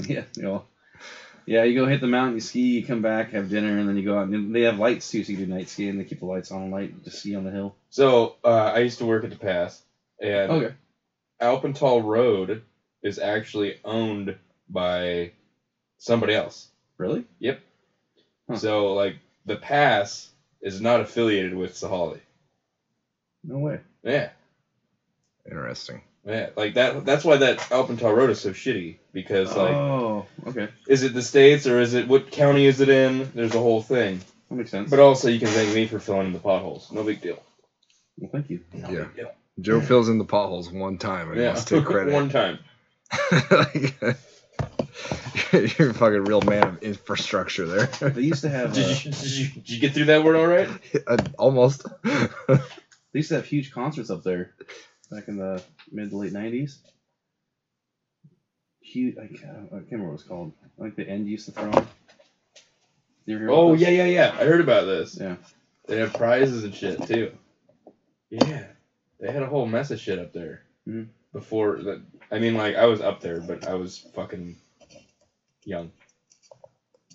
A: yeah, you know, yeah. You go hit the mountain, you ski, you come back, have dinner, and then you go out. And they have lights too, so you can do night skiing. They keep the lights on and light to ski on the hill.
B: So uh, I used to work at the pass, and
C: Oh.
A: Okay.
B: Alpental Road is actually owned by somebody else.
A: Really? Huh.
B: So like the pass is not affiliated with Sahali.
A: No way.
B: Yeah,
C: Interesting.
B: yeah. Like that. That's why that Alpental Road is so shitty because like,
A: oh, okay.
B: is it the states or is it what county is it in? There's a whole thing.
A: That makes sense.
B: But also, you can thank me for filling in the potholes. No big deal.
A: well, thank you.
B: No
C: Yeah.
B: big deal.
C: Joe fills in the potholes one time and he
B: Yeah.
C: wants to take credit.
B: One time.
C: Like, You're a fucking real man of infrastructure there.
A: They used to have. Uh,
B: Did you, did, you, did you get through that word all right?
C: Uh, Almost.
A: They used to have huge concerts up there back in the mid to late nineties. Huge, I can't, I can't remember what it's called. Like the end used to throw. 'em. You ever hear about
B: Oh
A: this?
B: yeah, yeah, yeah. I heard about this.
A: Yeah.
B: They have prizes and shit too. Yeah, Hmm. they had a whole mess of shit up there.
A: Mhm.
B: Before that, I mean, like I was up there, but I was fucking young.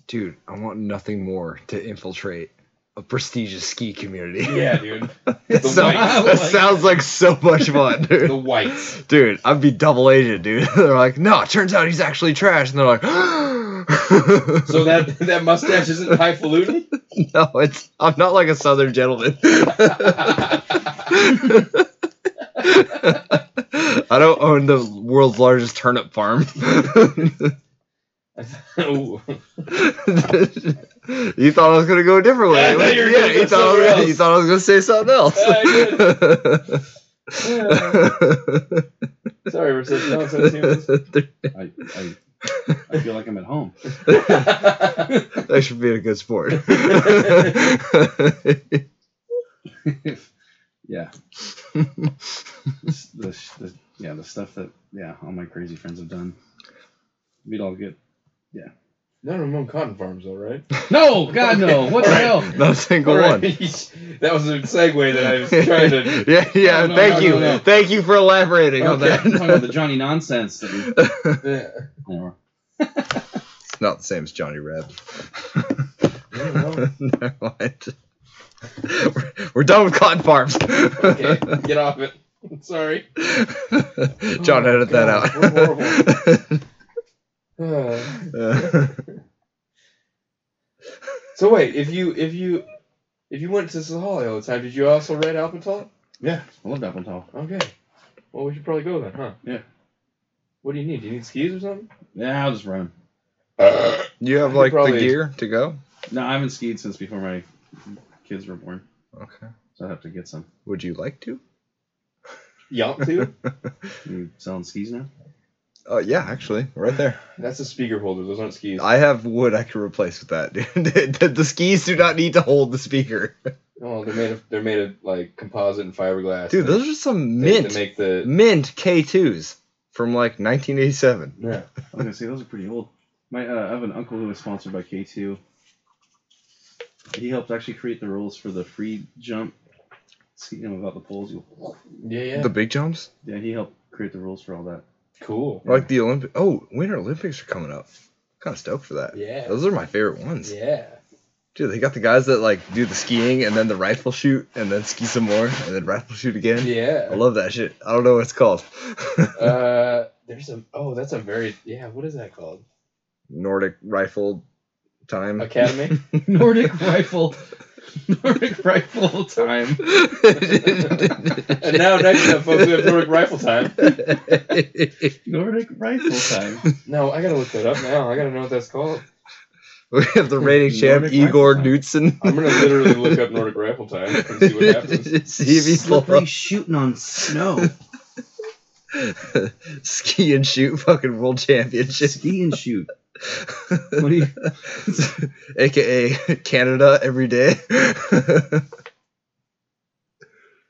C: Dude, I want nothing more to infiltrate a prestigious ski community.
B: Yeah, dude.
C: It
B: the
C: sound-
B: white-
C: that sounds like so much fun, dude.
B: The whites.
C: Dude, I'd be double agent, dude. they're like, no, it turns out he's actually trash. And they're like,
B: So that that mustache isn't highfalutin.
C: no, it's I'm not like a southern gentleman. I don't own the world's largest turnip farm.
B: Ooh.
C: you thought I was gonna go a different way.
B: I thought you were gonna
C: you
B: go
C: thought, I was
B: somewhere
C: gonna, you
B: else.
C: thought I was gonna say something else.
B: Sorry, we're such nonsense humans.
A: I, I, I feel like I'm at home.
C: that should be a good sport.
A: yeah. the, sh- the, yeah, the stuff that yeah, all my crazy friends have done. We'd all get.
B: None of them own cotton farms, though, right?
A: No, God, no! What the hell?
C: Not a single
B: All right.
C: one.
B: that was a segue that I was trying to.
C: yeah, yeah.
A: No, no,
C: thank
A: no,
C: you,
A: no, no.
C: thank you for elaborating on
A: Okay, I'm talking about the
C: that.
A: Johnny nonsense. That we,
B: Yeah.
A: or-
C: it's not the same as Johnny Reb.
B: well.
C: Never mind. We're, we're done with cotton farms.
B: Okay, get off it. Sorry.
C: John,
B: Oh,
C: edit that
B: God,
C: out.
B: we're Uh, so wait, if you if you if you went to Sahali all the time, did you also ride Alpental?
A: yeah, I love Appleton.
B: Okay. Well, we should probably go then, huh?
A: Yeah.
B: What do you need? Do you need skis or something?
A: Yeah, I'll just run. 'em.
C: you have
B: could
C: like the
B: probably-
C: gear to go.
A: No, I haven't skied since before my kids were born,
C: Okay.
A: so I have to get some.
C: Would you like to?
B: Yelp too?
A: You selling skis now?
C: Oh yeah, actually, right there.
B: That's a speaker holder. Those aren't skis.
C: I have wood I can replace with that. dude. the, the skis do not need to hold the speaker,
B: Oh, they're made of they're made of like composite and fiberglass.
C: dude.
B: They-
C: Those are some
B: they-
C: mint
B: They make the
C: mint K2s from like 1987.
B: yeah.
A: I was gonna say those are pretty old. My uh, I have an uncle who was sponsored by K two. He helped actually create the rules for the free jump. See him about the poles. You,
B: Yeah, yeah.
C: The big jumps,
A: yeah, he helped create the rules for all that.
B: cool.
C: like the Olympic. Oh, Winter Olympics are coming up. Kind of stoked for that.
B: Yeah.
C: Those are my favorite ones.
B: Yeah.
C: Dude, they got the guys that like do the skiing and then the rifle shoot and then ski some more and then rifle shoot again.
B: Yeah.
C: I love that shit. I don't know what it's called.
B: Uh, there's a oh, that's a very yeah. What is that called?
C: Nordic rifle time.
B: Academy.
A: Nordic rifle. Nordic rifle time.
B: and now next up, folks, we have Nordic rifle time.
A: Nordic rifle time.
B: No, I gotta look that up now. I gotta know what that's called.
C: we have the reigning champ
A: Nordic
C: Igor
A: rifle time.
C: Knudsen.
B: I'm gonna literally look up Nordic rifle time and see what happens.
C: See if he's full
A: Slippery shooting on snow.
C: ski and shoot fucking world championship.
A: Ski and shoot. What do you?
C: AKA Canada every day.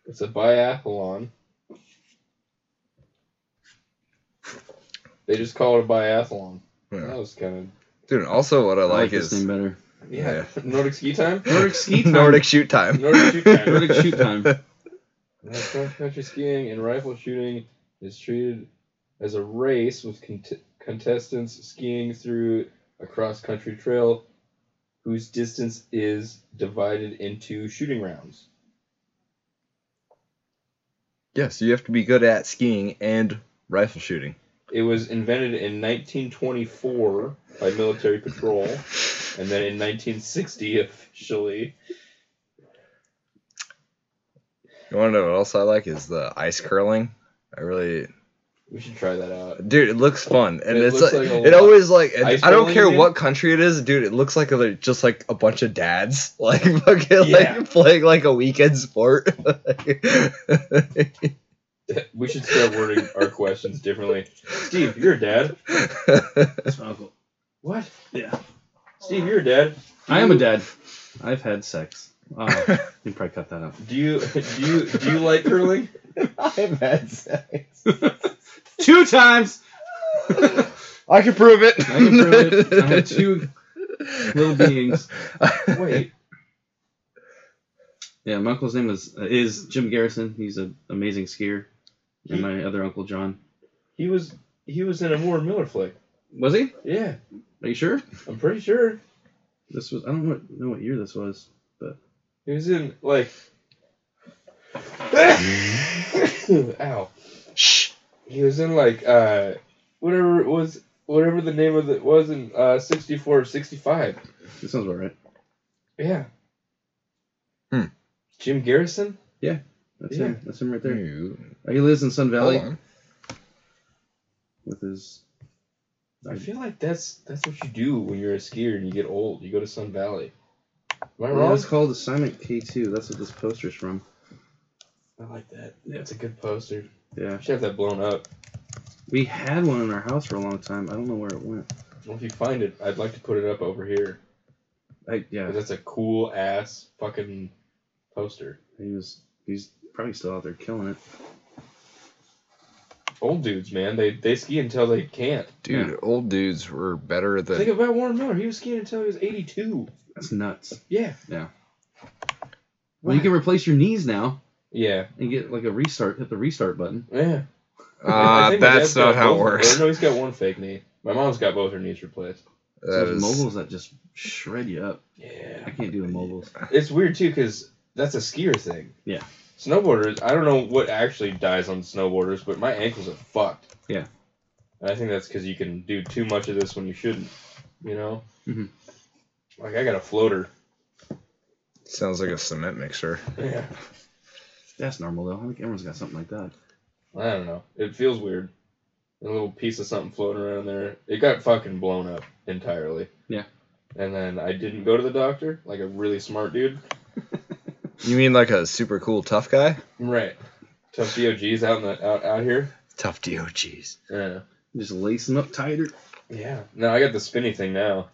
B: It's a biathlon. They just call it a biathlon. That
C: Yeah.
B: was kind
C: Dude, also what I
A: I like
C: like
A: this name
C: is
A: better.
B: of yeah. Nordic ski time.
A: Nordic ski time.
C: Nordic shoot time.
B: Nordic shoot time.
A: Nordic shoot time.
B: Now, cross-country skiing and rifle shooting is treated as a race with cont- contestants skiing through a cross-country trail whose distance is divided into shooting rounds.
C: Yeah, so you have to be good at skiing and rifle shooting.
B: It was invented in 1924 by military patrol, and then in 1960 officially.
C: You want to know what else I like is the ice curling. I really,
B: We should try that out.
C: dude, it looks fun, and
B: It
C: it's
B: looks
C: like,
B: like a
C: it
B: lot.
C: always like I
B: Ice
C: don't
B: curling,
C: care
B: you
C: what country it is, dude. It looks like a, just like a bunch of dads like fucking
B: Yeah.
C: like playing like a weekend sport.
B: we should start wording our questions differently. Steve, you're a dad.
A: That's my uncle.
B: What?
A: Yeah.
B: Steve, you're a dad.
A: I am a dad. I've had sex. Oh, you can probably cut that out.
B: Do you do you do you like curling?
C: I've had sex.
A: Two times.
C: I can prove it.
A: I can prove it. I had two little beings.
B: Wait,
A: Yeah, my uncle's name is uh, is Jim Garrison. He's an amazing skier. And my other uncle John.
B: he was he was in a Warren Miller flick.
A: Was he?
B: Yeah,
A: Are you sure?
B: I'm pretty sure
A: This was I don't know what, know what year this was.
B: he was in like. Ow.
C: Shh.
B: He was in like uh whatever it was whatever the name of it was in uh 64 or 65.
A: This sounds about right.
B: Yeah.
C: Hmm.
B: Jim Garrison?
A: That's
B: Yeah.
A: him. That's him right there. Oh,
D: You-
A: He lives in Sun
D: Hold
A: Valley
D: on.
A: with his. Hmm.
B: I feel like that's that's what you do when you're a skier and you get old. You go to Sun Valley. Am I
A: Well,
B: wrong?
A: it's called Assignment K two. That's what this poster's from.
B: I like that. Yeah, it's a good poster.
A: Yeah,
B: I should have that blown up.
A: we had one in our house for a long time. I don't know where it went.
B: Well, if you find it, I'd like to put it up over here.
A: I
B: 'Cause
A: yeah,
B: That's a cool ass fucking poster.
A: he was he's probably still out there killing it.
B: Old dudes, man, they they ski until they can't.
D: Dude, old dudes were better than
B: Think about Warren Miller. He was skiing until he was 82.
A: That's nuts.
B: Yeah.
A: Yeah. Well, you can replace your knees now
B: Yeah.
A: and get like a restart. Hit the restart button.
B: Yeah. I
D: Ah,
B: think my dad's
D: that's
B: got
D: not how it
B: both-
D: works.
B: or no, he's got one fake knee. My mom's got both her knees replaced.
A: It's
D: That
A: those
D: is-
A: moguls that just shred you up. I
B: Yeah.
A: can't do the moguls.
B: It's weird too because that's a skier thing.
A: Yeah.
B: Snowboarders, I don't know what actually dies on snowboarders, but my ankles are fucked.
A: Yeah.
B: And I think that's because you can do too much of this when you shouldn't. You know.
A: Mhm.
B: Like I got a floater.
D: Sounds like a cement mixer.
B: Yeah.
A: That's normal though. I think everyone's got something like that.
B: I don't know. It feels weird. A little piece of something floating around there. It got fucking blown up entirely.
A: Yeah.
B: And then I didn't go to the doctor, like a really smart dude.
D: You mean like a super cool tough guy?
B: Right. Tough DOGs out in the out, out here.
D: Tough DOGs.
B: Yeah.
A: Just lace them up tighter.
B: Yeah. No, I got the spinny thing now.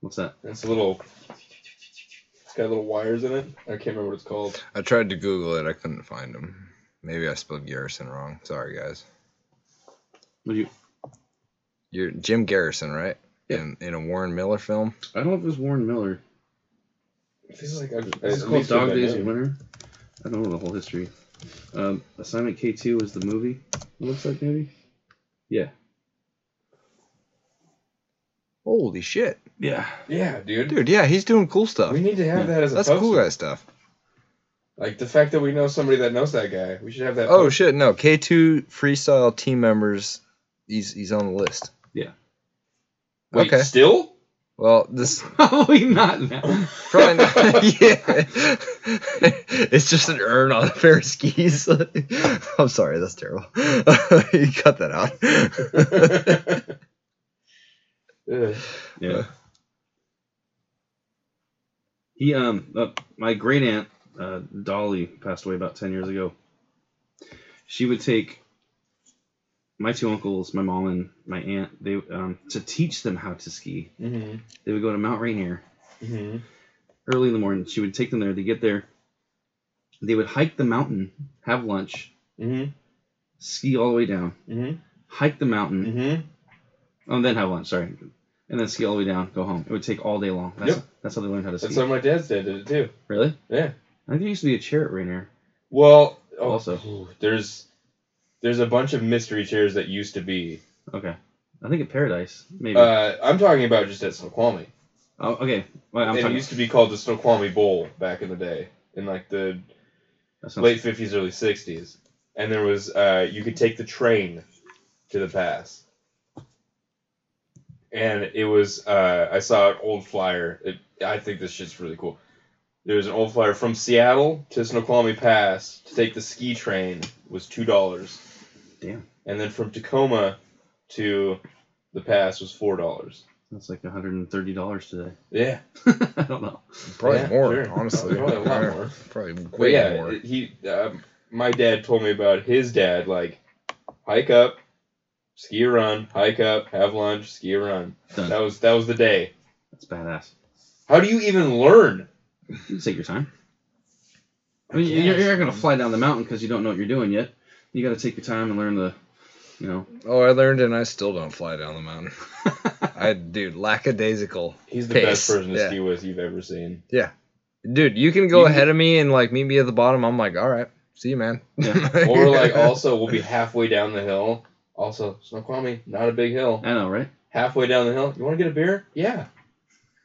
A: What's that?
B: It's a little. It's got little wires in it. I can't remember what it's called.
D: I tried to Google it. I couldn't find him. Maybe I spelled Garrison wrong. Sorry, guys.
A: What do you?
D: You're Jim Garrison, right?
A: Yeah.
D: In, in a Warren Miller film.
A: I don't know if it was Warren Miller.
B: It feels like I've,
A: This is
B: at
A: called
B: least with
A: Dog
B: that
A: Days of
B: name.
A: Winter. I don't know the whole history. Um, Assignment K two is the movie. It looks like maybe. Yeah.
D: Holy shit,
A: Yeah.
B: Yeah, dude.
D: dude! Yeah, he's doing cool stuff.
B: We need to have
A: Yeah.
B: that as a
D: That's
B: poster.
D: cool guy stuff.
B: Like the fact that we know somebody that knows that guy. We should have that.
D: Oh
B: poster.
D: shit, no K two freestyle team members. He's he's on the list.
B: Wait,
D: okay.
B: Still?
D: Well, this
A: Probably not now.
D: probably not, yeah. it's just an urn on a pair of skis. I'm sorry, that's terrible. you cut that out.
B: Ugh.
A: Yeah. He um uh, my great aunt uh, Dolly passed away about ten years ago. She would take my two uncles, my mom and my aunt, they um, to teach them how to ski.
B: Mhm.
A: They would go to Mount Rainier
B: Mhm.
A: early in the morning. She would take them there. They get there, they would hike the mountain, have lunch,
B: Mhm.
A: ski all the way down,
B: Mhm.
A: hike the mountain,
B: Mhm.
A: and then have lunch. Sorry, and then ski all the way down, go home. It would take all day long. That's, that's how they learned how to ski.
B: That's how my dad's dad did it too.
A: Really?
B: Yeah.
A: I think there used to be a chair at Rainier.
B: Well, oh,
A: Also.
B: there's there's a bunch of mystery chairs that used to be.
A: Okay. I think at Paradise, maybe.
B: Uh, I'm talking about just at Snoqualmie.
A: oh, okay. Well, I'm
B: it
A: talking,
B: used to be called the Snoqualmie Bowl back in the day, in like the
A: that sounds-
B: late 50s, early 60s. And there was, uh, you could take the train to the pass. And it was, uh, I saw an old flyer. It, I think this shit's really cool. There was an old flyer from Seattle to Snoqualmie Pass to take the ski train was two dollars.
A: Damn.
B: And then from Tacoma to the pass was four dollars.
A: That's like $130 today.
B: Yeah.
A: I don't know.
D: Probably
B: Yeah,
D: more,
B: sure.
D: honestly.
B: Probably a lot more.
D: Probably
B: But
D: way
B: yeah,
D: more.
B: it- he. Um, my dad told me about his dad. Like, hike up, ski a run, hike up, have lunch, ski a run.
A: Done.
B: That was that was the day.
A: That's badass.
B: How do you even learn?
A: You can take your time. I mean, you're, you're not gonna fly down the mountain because you don't know what you're doing yet. You got to take your time and learn the, you know.
C: Oh, I learned, and I still don't fly down the mountain. I dude, lackadaisical.
B: He's the
C: Pace,
B: best person to
C: yeah.
B: ski with you've ever seen.
C: Dude, you can go
B: You-
C: ahead of me and like meet me at the bottom. I'm like, all right, see you, man.
A: Yeah.
B: Or like, also, we'll be halfway down the hill. Also, Snoqualmie, not a big hill.
A: I know, right?
B: Halfway down the hill, you want to get a beer? Yeah,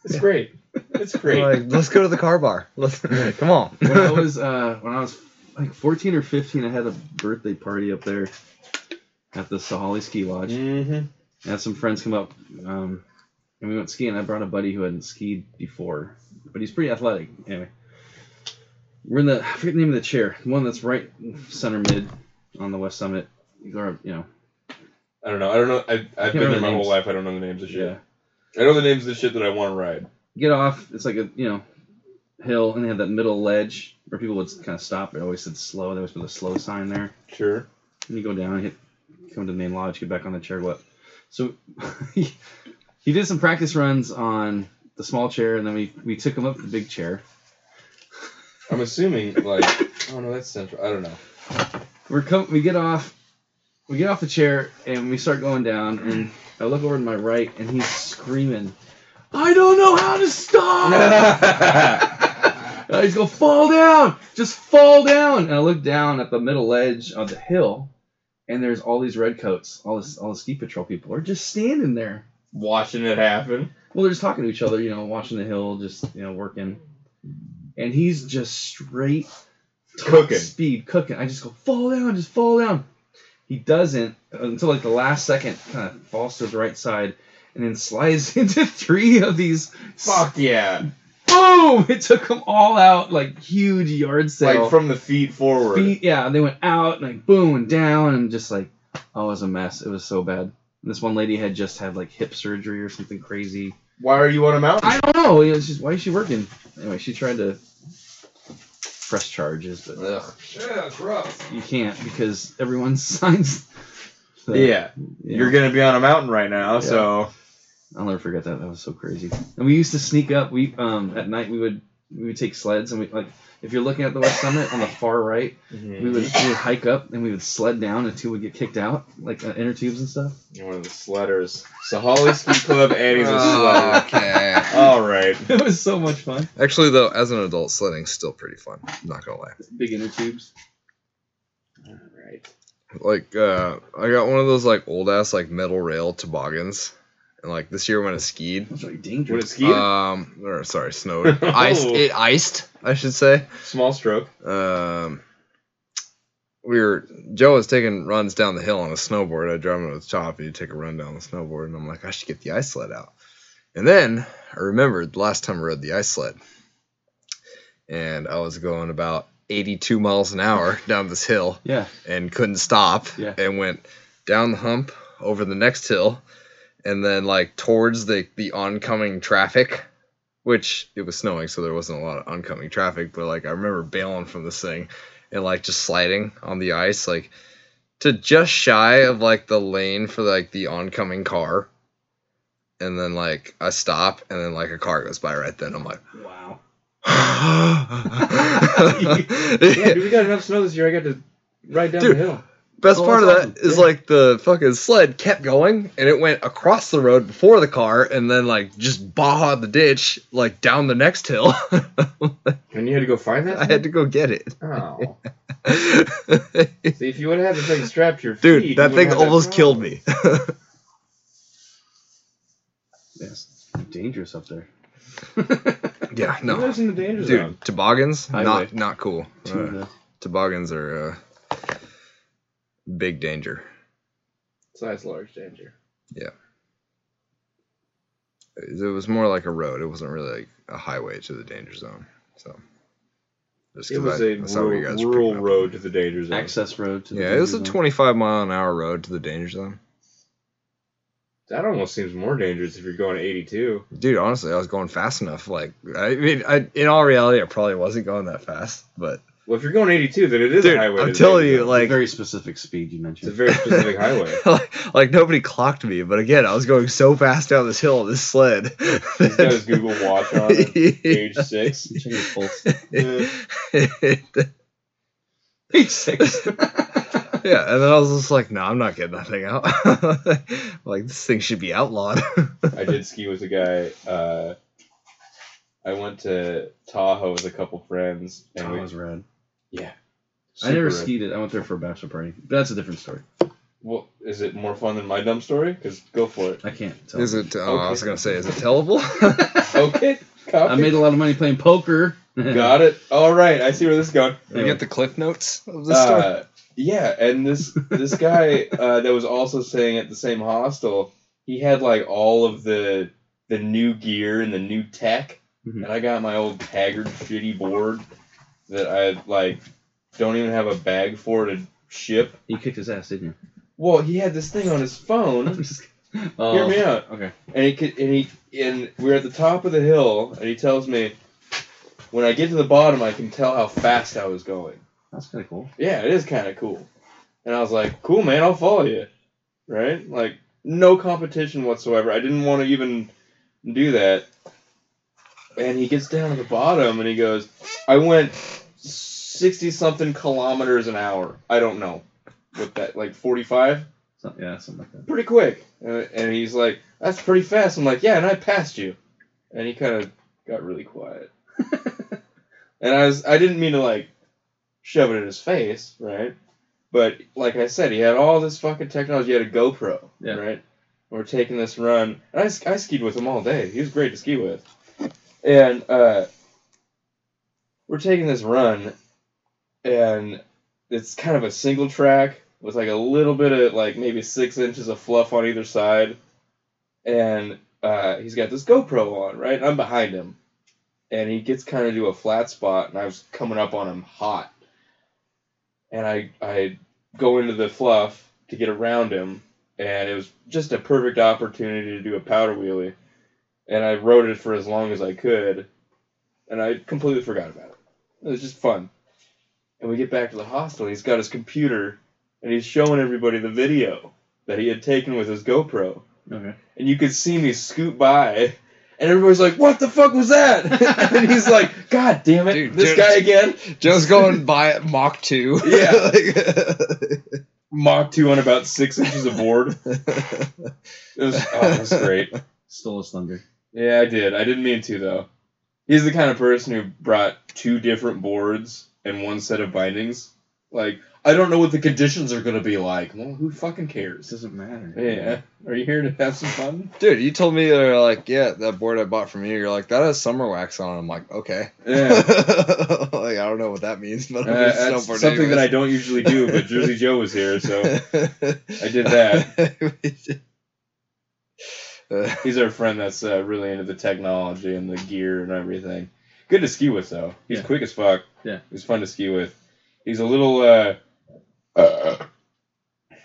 B: it's great. It's
C: I'm
B: great.
C: like, let's go to the car bar. Let's come on.
A: When I was uh, when I was like 14 or 15, I had a birthday party up there at the Sahali Ski Lodge.
B: hmm
A: I had some friends come up, um, and we went skiing. I brought a buddy who hadn't skied before, but he's pretty athletic. Anyway, we're in the I forget the name of the chair, the one that's right center mid on the west summit, or you know,
B: I don't know. I don't know. I've, I've been
A: remember
B: there my
A: names.
B: whole life. I don't know the names of shit.
A: yeah.
B: I know the names of the shit that I want to ride.
A: Get off. It's like a you know hill, and they had that middle ledge where people would kind of stop. It always said slow. They always put a slow sign there.
B: Sure.
A: And you go down, hit, come to the main lodge, get back on the chair, what? So he, he did some practice runs on the small chair, and then we, we took him up to the big chair.
B: I'm assuming like oh no, that's central. I don't know.
A: We're come, we get off, we get off the chair, and we start going down, and I look over to my right, and he's screaming, "I don't know how to stop!" Uh, he's gonna fall down, just fall down. And I look down at the middle edge of the hill, and there's all these redcoats, all this, all the ski patrol people are just standing there.
B: Watching it happen.
A: Well, they're just talking to each other, you know, watching the hill, just you know, working. And he's just straight top
B: Cooking.
A: speed cooking. I just go fall down, just fall down. He doesn't until like the last second, kind of falls to his right side, and then slides into three of these.
B: Fuck yeah!
A: Boom! It took them all out like huge yard sale.
B: Like from the feet forward.
A: feet, yeah, and they went out and like boom and down and just like oh, it was a mess. It was so bad. And this one lady had just had like hip surgery or something crazy.
B: Why are you on a mountain?
A: I don't know. It's just, why is she working? Anyway, she tried to press charges, but
B: Ugh. Yeah, that's rough.
A: you can't because everyone signs. the-
B: yeah,
A: you
B: you're
A: know.
B: gonna be on a mountain right now, so
A: I'll never forget that. That was so crazy. And we used to sneak up. We um at night we would we would take sleds and we like if you're looking at the west summit on the far right, we
B: Mm-hmm.
A: would, we would hike up and we would sled down until we get kicked out like uh, inner tubes and stuff.
B: You're one of the sledders. So Holly Ski Club, Annie's a
D: Uh,
B: sledder.
C: okay.
B: All right.
A: It was so much fun.
C: Actually, though, as an adult, sledding's still pretty fun. I'm not gonna lie.
A: Big inner tubes.
B: All right.
C: Like, uh, I got one of those like old ass like metal rail toboggans, and like this year when I skied,
A: That's really
B: Would it
A: dangerous.
B: ski?
C: um, or sorry, snowed, iced, it iced, I should say.
B: Small stroke.
C: Um, we were Joe was taking runs down the hill on a snowboard. I drive him to the top, and he'd take a run down the snowboard, and I'm like, I should get the ice sled out. And then I remembered the last time I rode the ice sled, and I was going about 82 miles an hour down this hill
A: Yeah.
C: and couldn't stop
A: Yeah.
C: and went down the hump over the next hill and then like towards the the oncoming traffic which it was snowing so there wasn't a lot of oncoming traffic but like i remember bailing from this thing and like just sliding on the ice like to just shy of like the lane for like the oncoming car and then like i stop and then like a car goes by right then i'm like
A: Wow.
B: Yeah, dude, we got enough snow this year. I got to ride down
C: Dude.
B: the hill.
C: Best
A: Well,
C: part of
A: it's
C: that
A: awesome.
C: is
A: Yeah.
C: like the fucking sled kept going and it went across the road before the car and then like just baja the ditch like down the next hill.
B: And you had to go find that?
C: I had to go get it.
B: Oh.
C: Dude,
B: See, if you would have had the thing strapped to your feet. you
C: that
B: wouldn't
C: thing
B: have
C: almost
B: problem.
C: killed me.
A: That's dangerous up there.
C: yeah,
B: You
C: no.
B: lives in the danger zone.
C: Dude, toboggans
A: Highway.
C: not not cool.
A: Two
C: Uh,
A: of the-
C: toboggans are uh, big danger.
B: Size large danger.
C: It was more like a road. It wasn't really like a highway to the danger zone. So just
B: It
C: 'cause
B: was
C: I-
B: a
C: I saw what you
B: rural,
C: guys were
B: rural
C: picking up.
B: road to the danger zone.
A: access road to the
C: Yeah, it was a
A: danger zone.
C: 25 mile an hour road to the danger zone.
B: That almost seems more dangerous if you're going 82.
C: Dude, honestly, I was going fast enough. Like, I mean, I, in all reality, I probably wasn't going that fast, but
B: Well, if you're going 82, then it is
C: Dude,
B: a highway.
C: I'm
B: to
C: telling you,
B: Vegas.
A: Like
C: like,
A: very specific speed you mentioned.
B: it's a very specific highway.
C: like, like nobody clocked me, but again, I was going so fast down this hill, on this sled.
B: He's got his Google Watch on at age six.
A: Check your pulse.
C: Page six. yeah, and then I was just like, no, I'm not getting that thing out. like, this thing should be outlawed.
B: I did ski with a guy. Uh, I went to Tahoe with a couple friends, and
A: Oh,
B: we
A: it was rad. I
B: super
A: never
B: red.
A: skied it. I went there for a bachelor party. But that's a different story.
B: Well, is it more fun than my dumb story? Because go for it.
A: I can't tell.
C: is it, oh, I was
B: Okay.
C: going to say, is it tellable?
B: Okay, copy.
A: I made a lot of money playing poker.
B: Got it. All right, I see where this is going.
C: you get the cliff notes of the story?
B: Uh, yeah, and this this guy uh, that was also staying at the same hostel, he had like all of the the new gear and the new tech,
A: Mhm.
C: Mm-hmm.
B: and I got my old Taggart shitty board that I like don't even have a bag for to ship.
A: You kicked his ass, didn't
B: Well, he had this thing on his phone.
A: you? Oh,
B: Hear me out.
A: Okay.
B: And he could, and he and we're at the top of the hill, and he tells me, when I get to the bottom, I can tell how fast I was going.
A: That's kind of cool.
B: Yeah, it is kind of cool. And I was like, cool, man, I'll follow you, right? Like no competition whatsoever. I didn't want to even do that. And he gets down to the bottom, and he goes, I went sixty something kilometers an hour. I don't know what that like forty five
A: So, yeah, something like that.
B: pretty quick. And, and he's like, that's pretty fast. I'm like, yeah, and I passed you. And he kind of got really quiet. and I was, I didn't mean to like shove it in his face, right? But like I said, he had all this fucking technology. He had a GoPro,
A: Yeah.
B: right? We're taking this run, and I, s- I skied with him all day. He was great to ski with. And uh, we're taking this run, and it's kind of a single track with like a little bit of like maybe six inches of fluff on either side, and uh, he's got this GoPro on, right? And I'm behind him, and he gets kind of to a flat spot, and I was coming up on him hot, and I I go into the fluff to get around him, and it was just a perfect opportunity to do a powder wheelie, and I rode it for as long as I could, and I completely forgot about it. It was just fun. And we get back to the hostel. He's got his computer, and he's showing everybody the video that he had taken with his GoPro.
A: Okay.
B: And you could see me scoot by, and everybody's like, "What the fuck was that?" and he's like, "God damn it,
C: Dude,
B: this
C: dude.
B: guy again."
C: Joe's going by at Mach 2.
B: Yeah.
C: Like-
B: Mach two on about six inches of board. It was, oh, it was great.
A: Stole his thunder.
B: Yeah, I did. I didn't mean to though. He's the kind of person who brought two different boards and one set of bindings. Like, I don't know what the conditions are gonna be like. Well, who fucking
A: This
B: cares?
A: doesn't matter.
B: Yeah. uh, Are you here to have some fun?
C: Dude, you told me they're like, yeah, that board I bought from you. You're like, that has summer wax on. it." I'm like, okay.
B: Yeah.
C: like, I don't know what that means, but I'm
B: Uh,
C: gonna
B: that's
C: snowboard
B: something that I
C: anyways.
B: don't usually do, but Jersey Joe was here, so I did that.
C: Uh,
B: he's our friend that's uh, really into the technology and the gear and everything. Good to ski with though. He's
A: Yeah.
B: quick as fuck.
A: Yeah.
B: he's fun to ski with. He's a little. Uh, uh,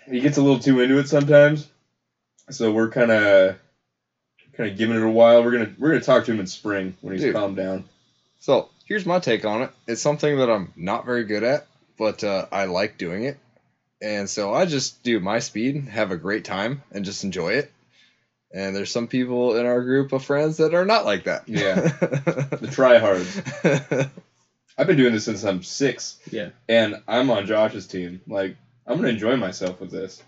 B: he gets a little too into it sometimes, so we're kind of kind of giving it a while. We're gonna we're gonna talk to him in spring when he's
C: Dude.
B: calmed down.
C: so here's my take on it. It's something that I'm not very good at, but uh, I like doing it. And so I just do my speed, have a great time, and just enjoy it. And there's some people in our group of friends that are not like that.
B: Yeah. The tryhards. I've been doing this since I'm six.
A: Yeah.
B: and I'm on Josh's team. Like I'm gonna enjoy myself with this.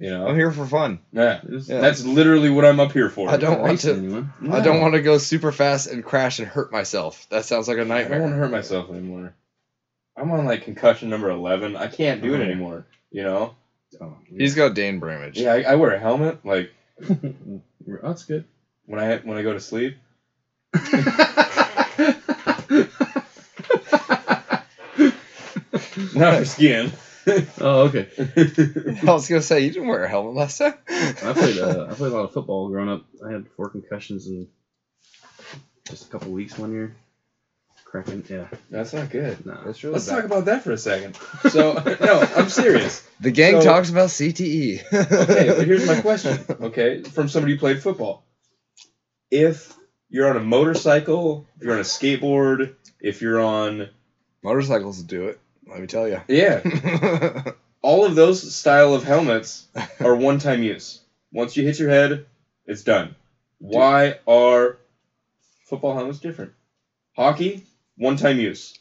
B: You
C: I'm
B: know,
C: here for fun.
B: yeah.
A: It was-
C: Yeah.
B: That's literally what I'm up here for.
C: I don't want
A: racing
C: to.
A: anyone.
C: I don't want to go super fast and crash and hurt myself. That sounds like a
B: I don't want
C: nightmare.
B: to hurt myself anymore. I'm on like concussion number eleven. I can't do it
A: Mhm.
B: anymore. You know?
A: Oh, yeah.
C: He's got Dane Bramage.
B: Yeah, I, I wear a helmet like
A: that's good.
B: when I when I go to sleep. Not for skiing.
A: oh, okay.
C: I was gonna say you didn't wear a helmet last time.
A: I played. Uh, I played a lot of football growing up. I had four concussions in just a couple weeks one year. Cracking. Yeah.
B: That's not good.
A: No.
C: That's really
B: Let's
C: bad.
B: talk about that for a second. So no, I'm serious.
C: the gang
B: so-
C: talks about E. CTE.
B: Okay, but here's my question. Okay, from somebody who played football. If you're on a motorcycle, if you're on a skateboard, if you're on
C: Motorcycles do it. Let me tell you.
B: Yeah, all of those style of helmets are one time use. Once you hit your head, it's done. Why are football helmets different? Hockey, one time use.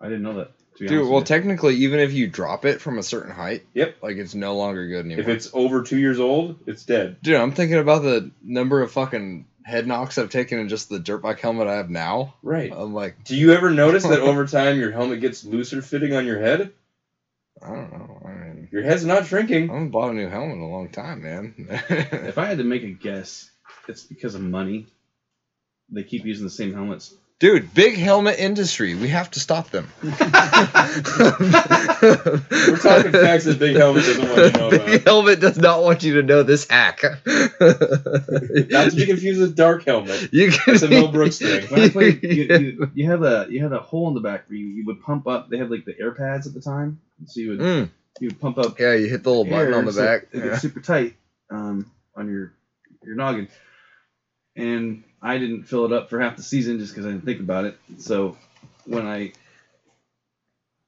A: I didn't know that. To be
C: Dude,
A: honest
C: well,
A: with you.
C: technically, even if you drop it from a certain height,
B: Yep.
C: like it's no longer good anymore.
B: If it's over two years old, it's dead.
C: Dude, I'm thinking about the number of fucking head knocks I've taken in just the dirt bike helmet I have now.
B: Right.
C: I'm like,
B: Do you ever notice that over time your helmet gets looser fitting on your head?
C: I don't know. I mean,
B: Your head's not
C: I
B: shrinking.
C: haven't bought a new helmet in a long time, man.
A: if I had to make a guess, it's because of money. They keep using the same helmets.
C: Dude, big helmet industry. We have to stop them.
B: We're talking facts that Big Helmet doesn't want you to know
E: Big
B: about.
E: Helmet does not want you to know this hack.
B: Not to be confused with dark helmet.
E: you can
B: It's a Mel Brooks thing.
A: When I played, you, you, you had a you had a hole in the back where you, you would pump up. They had like the air pads at the time, so you would
C: Mm.
A: you would pump up
C: Yeah, you hit the little button
A: air
C: on the
A: so
C: back.
A: It
C: Yeah.
A: gets super tight um, on your your noggin, and I didn't fill it up for half the season just because I didn't think about it. So when I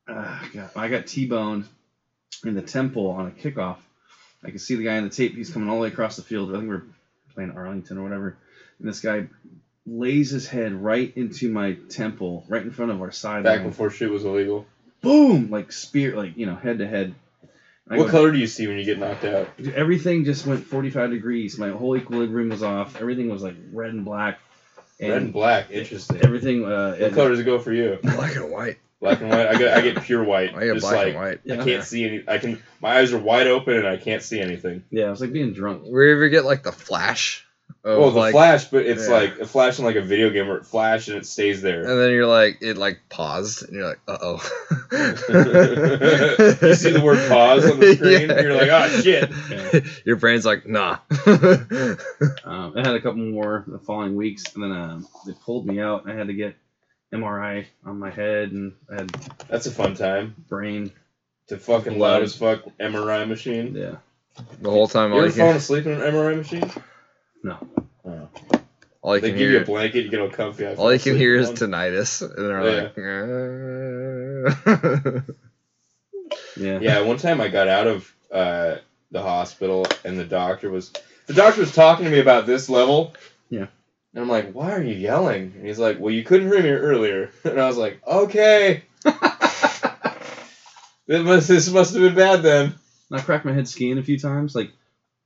A: uh, got, I got T-boned in the temple on a kickoff, I could see the guy on the tape. He's coming all the way across the field. I think we we're playing Arlington or whatever, and this guy lays his head right into my temple, right in front of our
B: Back
A: sideline.
B: before shit was illegal.
A: Boom! Like spear, like you know, head to head. I
B: What
A: go-
B: color do you see when you get knocked out?
A: everything just went 45 degrees. My whole equilibrium was off. Everything was like red and black. And
B: Red and black. Interesting.
A: Everything. Uh,
B: What
A: it-
B: color does it go for you?
C: Black and white.
B: Black and white. I get I get pure white.
C: I get
B: Just
C: black
B: like
C: and white.
A: Yeah.
B: I can't see any. I can. My eyes are wide open and I can't see anything.
A: Yeah, it was like being drunk.
C: Where you ever get like the flash? Of,
B: Oh, the
C: like,
B: flash, but it's
C: yeah.
B: like a flash in like a video game where it flashed and it stays there.
C: And then you're like, it like paused, and you're like, uh oh.
B: You see the word pause on the screen, you're like, "Ah, shit."
A: Yeah.
C: Your brain's like, nah.
A: Um, I had a couple more the following weeks, and then um, they pulled me out. And I had to get MRI on my head, and I had
B: That's a fun time.
A: brain.
B: To fucking loud as fuck MRI machine.
A: Yeah.
C: the whole time,
B: You
C: all
B: ever
C: you, can,
B: fallen asleep in an MRI machine?
A: No.
C: all you
B: They
C: can
B: give you
C: hear,
B: a um, blanket, you get all comfy. I
C: all
B: fell
C: you can
B: asleep
C: hear is
B: once.
C: tinnitus, and they're like,
A: Yeah.
B: Yeah, one time I got out of uh, the hospital and the doctor was the doctor was talking to me about this level.
A: Yeah.
B: And I'm like, why are you yelling? And he's like, well, you couldn't hear me earlier. And I was like, okay. this, must, this must have been bad then.
A: And I cracked my head skiing a few times. Like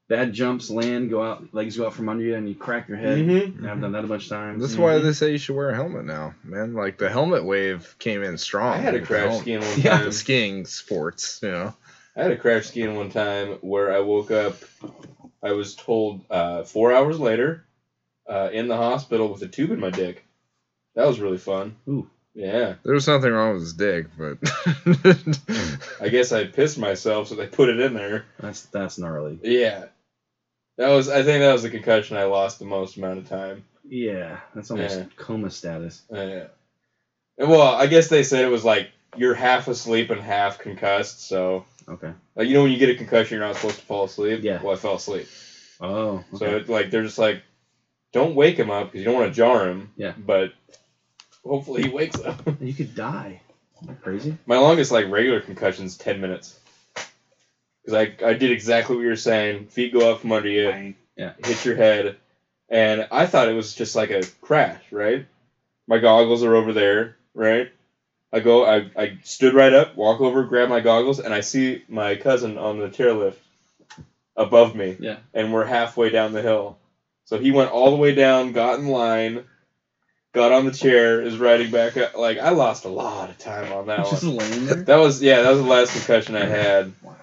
A: bad jumps, land, go out, legs go out from under you, and you crack your head.
B: Mhm.
A: And I've done that a bunch of times.
C: That's why
B: Mm-hmm.
C: they say you should wear a helmet now, man. Like the helmet wave came in strong.
B: I had a
C: with the
B: crash
C: helmet.
B: skiing one
C: Yeah,
B: time.
C: skiing sports, you know.
B: I had a crash skiing one time where I woke up. I was told uh, four hours later uh, in the hospital with a tube in my dick. That was really fun.
A: Ooh.
B: Yeah.
C: There was nothing wrong with his dick, but
B: Hmm. I guess I pissed myself, so they put it in there.
A: That's that's gnarly.
B: Yeah. That was. I think that was the concussion I lost the most amount of time.
A: Yeah, that's almost
B: Yeah.
A: coma status.
B: Yeah. And well, I guess they said it was like you're half asleep and half concussed. So,
A: Okay.
B: like, you know, when you get a concussion, you're not supposed to fall asleep.
A: Yeah.
B: Well, I fell asleep.
A: Oh.
B: So
A: okay.
B: it, like they're just like, don't wake him up because you don't want to jar him.
A: Yeah.
B: But hopefully he wakes up.
A: You could die. Isn't that crazy?
B: My longest like regular concussion is ten minutes. Because I I did exactly what you were saying. Feet go up from under you, hit your head, and I thought it was just like a crash, right? My goggles are over there, right? I go, I, I stood right up, walk over, grab my goggles, and I see my cousin on the chairlift above me
A: Yeah.
B: and we're halfway down the hill. So he went all the way down, got in line, got on the chair, is riding back up. Like I lost a lot of time on that
A: Just
B: one.
A: laying there.
B: That was yeah, that was the last concussion I had.
A: Wow.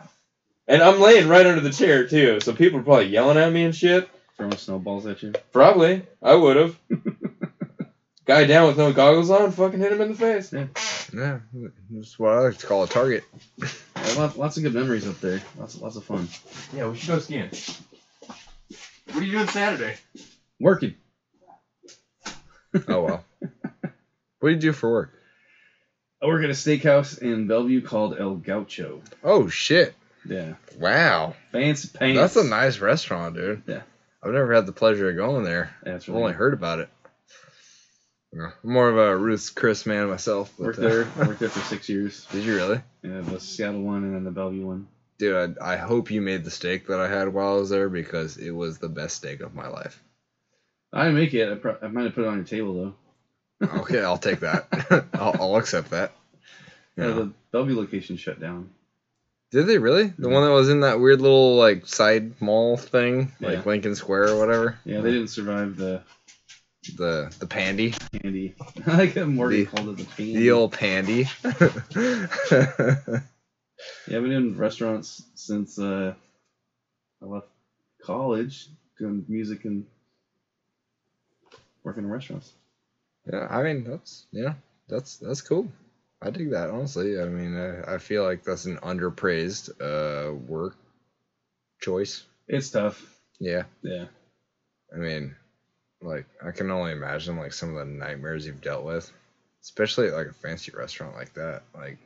B: And I'm laying right under the chair too, so people are probably yelling at me and shit.
A: Throwing snowballs at you.
B: Probably. I would have. Guy down with no goggles on, fucking hit him in the face.
C: yeah, that's what I like to call a target.
A: Yeah, lots, lots of good memories up there. Lots, lots of fun.
B: Yeah, we should go skiing. What are you doing Saturday?
A: Working.
C: Oh well. what do you do for work?
A: I work at a steakhouse in Bellevue called El Gaucho.
C: Oh shit!
A: Yeah.
C: Wow,
A: Fancy pants.
C: that's a nice restaurant, dude.
A: Yeah.
C: I've never had the pleasure of going there.
A: That's
C: I've
A: really
C: only heard about it. Yeah. I'm more of a Ruth's Chris man myself. But,
A: Worked
C: uh,
A: there. I worked there for six years.
C: Did you really?
A: Yeah, the Seattle one and then the Bellevue one.
C: Dude, I, I hope you made the steak that I had while I was there because it was the best steak of my life.
A: I didn't make it. I, pro- I might have put it on your table though.
C: Okay, I'll take that. I'll, I'll accept that.
A: Yeah.
C: Yeah.
A: the Bellevue location shut down.
C: Did they really? The one that was in that weird little like side mall thing, like
A: Yeah.
C: Lincoln Square or whatever.
A: Yeah, they didn't survive the
C: The the pandy,
A: candy. I like how Morgan
C: The-
A: called it the candy.
C: the old pandy.
A: Yeah, I've been in restaurants since uh, I left college, doing music and working in restaurants.
C: yeah, I mean that's yeah, that's that's cool. I dig that honestly. I mean, I, I feel like that's an underpraised uh work choice.
A: It's tough.
C: Yeah,
A: Yeah.
C: I mean, like I can only imagine like some of the nightmares you've dealt with, especially at, like a fancy restaurant like that. Like,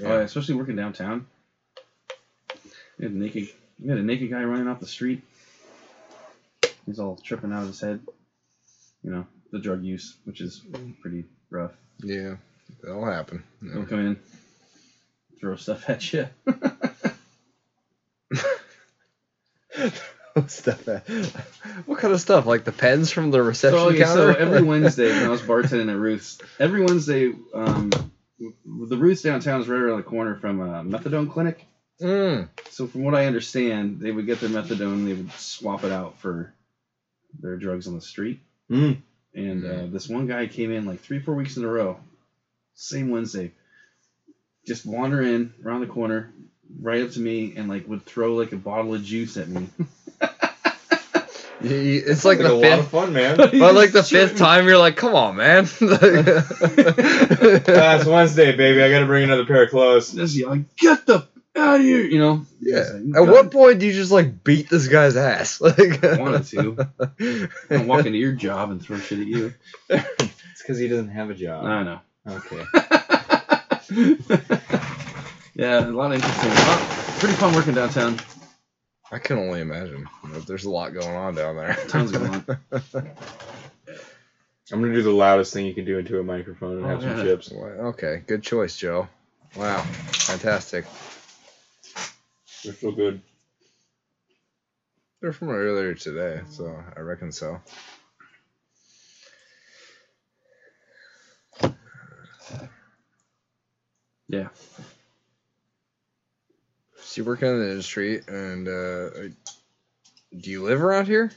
A: Oh, yeah, especially working downtown. We had a naked, we had a naked guy running off the street. He's all tripping out of his head. You know, the drug use, which is pretty rough.
C: yeah, that'll happen.
A: They'll come in, throw stuff at you.
C: stuff. at- What kind of stuff? Like the pens from the reception
A: so, okay,
C: counter.
A: so every Wednesday when I was bartending at Ruth's, every Wednesday, um, w- the Ruth's downtown is right around the corner from a methadone clinic.
C: Mm,
A: So from what I understand, they would get their methadone and they would swap it out for their drugs on the street.
B: Mm.
A: And uh, this one guy came in like three, four weeks in a row, same Wednesday, just wander in around the corner, right up to me, and like would throw like a bottle of juice at me.
C: Y- y- it's like
B: Sounds
C: the
B: a lot of
C: fifth.
B: fun, man.
C: But like the fifth time, you're like, "Come on, man!"
B: ah, it's Wednesday, baby. I gotta bring another pair of clothes.
A: Just yelling, "Get the f- out of here!" You know.
C: yeah.
A: Just like,
C: At what point do you just like beat this guy's ass? Like,
A: I wanted to. I don't walk into your job and throw shit at you.
B: It's because he doesn't have a job.
A: I know.
B: Okay.
A: yeah, a lot of interesting. a lot- pretty fun working downtown.
C: I can only imagine. But There's a lot going on down there.
A: Tons going on.
B: I'm gonna do the loudest thing you can do into a microphone and
A: Oh,
B: have some
A: yeah.
B: chips.
C: Well, Okay, good choice, Joe. Wow, fantastic.
B: They're so good.
C: They're from earlier today, so I reckon so.
A: Yeah.
C: So you work in the industry, and uh, do you live around here?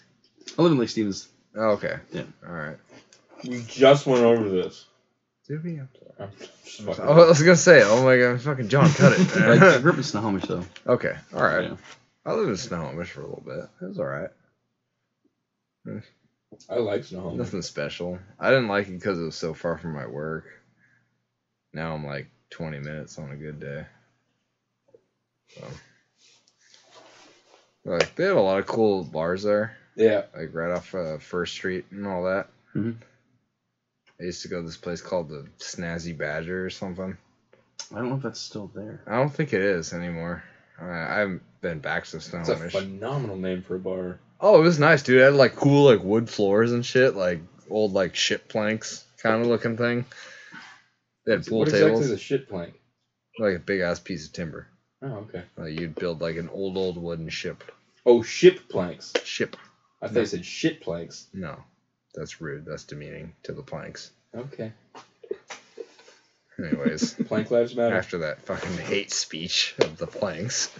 A: I live in Lake Stevens.
C: Oh, okay.
A: Yeah.
C: All right.
B: We just went over this.
C: Did we?
B: I'm just fucking-
C: Oh, I was gonna say. Oh my god, fucking John, cut
A: Like, I
C: it.
A: grew up in Snohomish, though.
C: okay. All right.
A: Yeah.
C: I lived in Snohomish for a little bit. It was all right.
B: I like Snohomish.
C: Nothing special. I didn't like it because it was so far from my work. Now I'm like 20 minutes on a good day. So. Like they have a lot of cool bars there,
B: Yeah.
C: like right off uh, First Street and all that.
A: Mhm.
C: I used to go to this place called the Snazzy Badger or something.
A: I don't know if that's still there.
C: I don't think it is anymore. Uh, I haven't been back since
B: That's a
C: Snohomish.
B: phenomenal name for a bar.
C: Oh, it was nice, dude. It had like cool like wood floors and shit, like old like ship planks kind of looking thing. They had pool
B: what
C: tables,
B: exactly is a shit plank?
C: like a big ass piece of timber.
B: Oh, okay.
C: Like, you'd build like an old old wooden ship.
B: Oh, ship planks.
C: Ship?
B: I thought you said shit planks.
C: No, that's rude. That's demeaning to the planks.
B: Okay.
C: Anyways,
B: Plank lives matter.
C: after that fucking hate speech of the planks,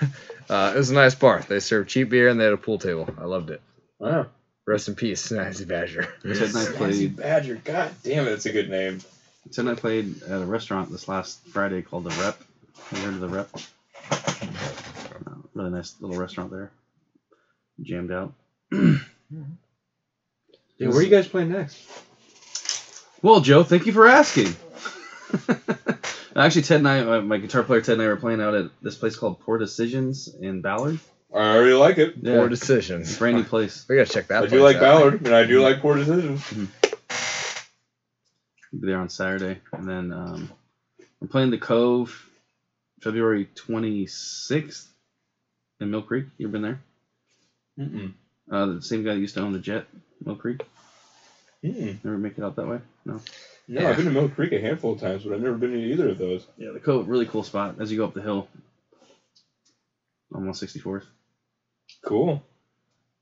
C: uh, it was a nice bar. They served cheap beer and they had a pool table. I loved it.
B: Wow.
C: Rest in peace, Snazzy Badger.
A: Ted and I
B: Snazzy
A: played.
B: Badger. God damn it, that's a good name.
A: Ted and I played at a restaurant this last Friday called the Rep. Have you heard of the Rep? Uh, really nice little restaurant there. Jammed out.
B: Yeah, where are you guys playing next?
A: Well, Joe, thank you for asking. Actually, Ted and I, my- my guitar player Ted and I, were playing out at this place called Poor Decisions in Ballard.
B: I already like it.
C: Poor
A: Yeah,
C: decisions.
A: brand new place.
C: We gotta check that.
B: I do
C: place
B: like
C: out.
B: Ballard, and I do like poor decisions.
A: We'll be there on Saturday, and then um, we're playing the Cove, February twenty sixth, in Mill Creek. You've been there.
B: Mm-mm.
A: Uh, the same guy that used to own the Jet, Mill Creek.
B: Hmm.
A: Never make it out that way. No.
B: No,
C: Yeah.
B: I've been to Mill Creek a handful of times, but I've never been to either of those.
A: Yeah, the coat really cool spot as you go up the hill. Almost sixty fourth.
B: Cool.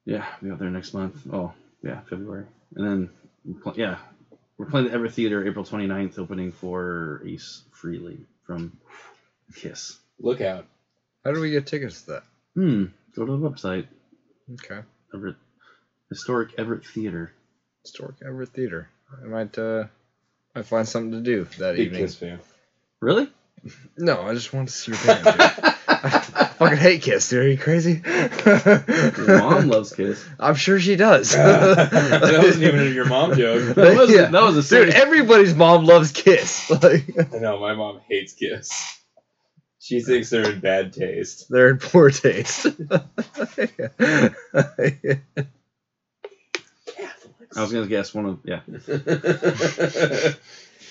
A: Yeah, we go there next month. Oh, yeah, February. And then, we're pl- yeah, we're playing the Ever Theater April 29th, opening for Ace Freely from Kiss.
B: Look out.
C: How do we get tickets to that?
A: Hmm, go to the website,
C: Okay.
A: Everett, Historic Everett Theater.
C: Stork Everett Theater. I might uh I find something to do that
B: Big
C: evening.
B: Kiss fan.
A: Really?
C: No, I just want to see your band. dude. I fucking hate Kiss, dude. Are you crazy?
A: Your mom loves Kiss.
C: I'm sure she does.
B: that wasn't even your mom joke.
A: That was,
C: Yeah.
A: that was a
C: Dude,
A: serious.
C: everybody's mom loves Kiss. Like
B: I know, my mom hates Kiss. She thinks they're in bad taste.
C: they're in poor taste.
A: I was going to guess one of, yeah.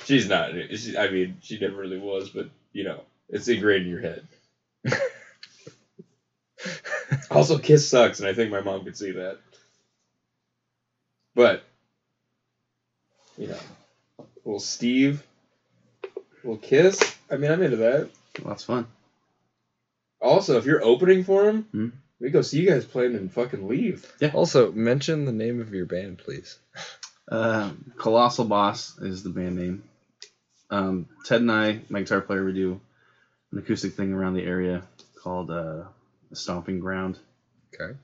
B: She's not. She, I mean, she never really was, but you know, it's ingrained in your head. also, Kiss sucks, and I think my mom could see that. But you know, little Steve, little Kiss. I mean, I'm into that.
A: Well, that's fun.
B: Also, if you're opening for him,
A: Hmm.
B: we go see you guys play 'em and fucking leave.
C: also, mention the name of your band, please.
A: Uh, Colossal Boss is the band name. Um, Ted and I, my guitar player, we do an acoustic thing around the area called uh, Stomping Ground.
C: Okay.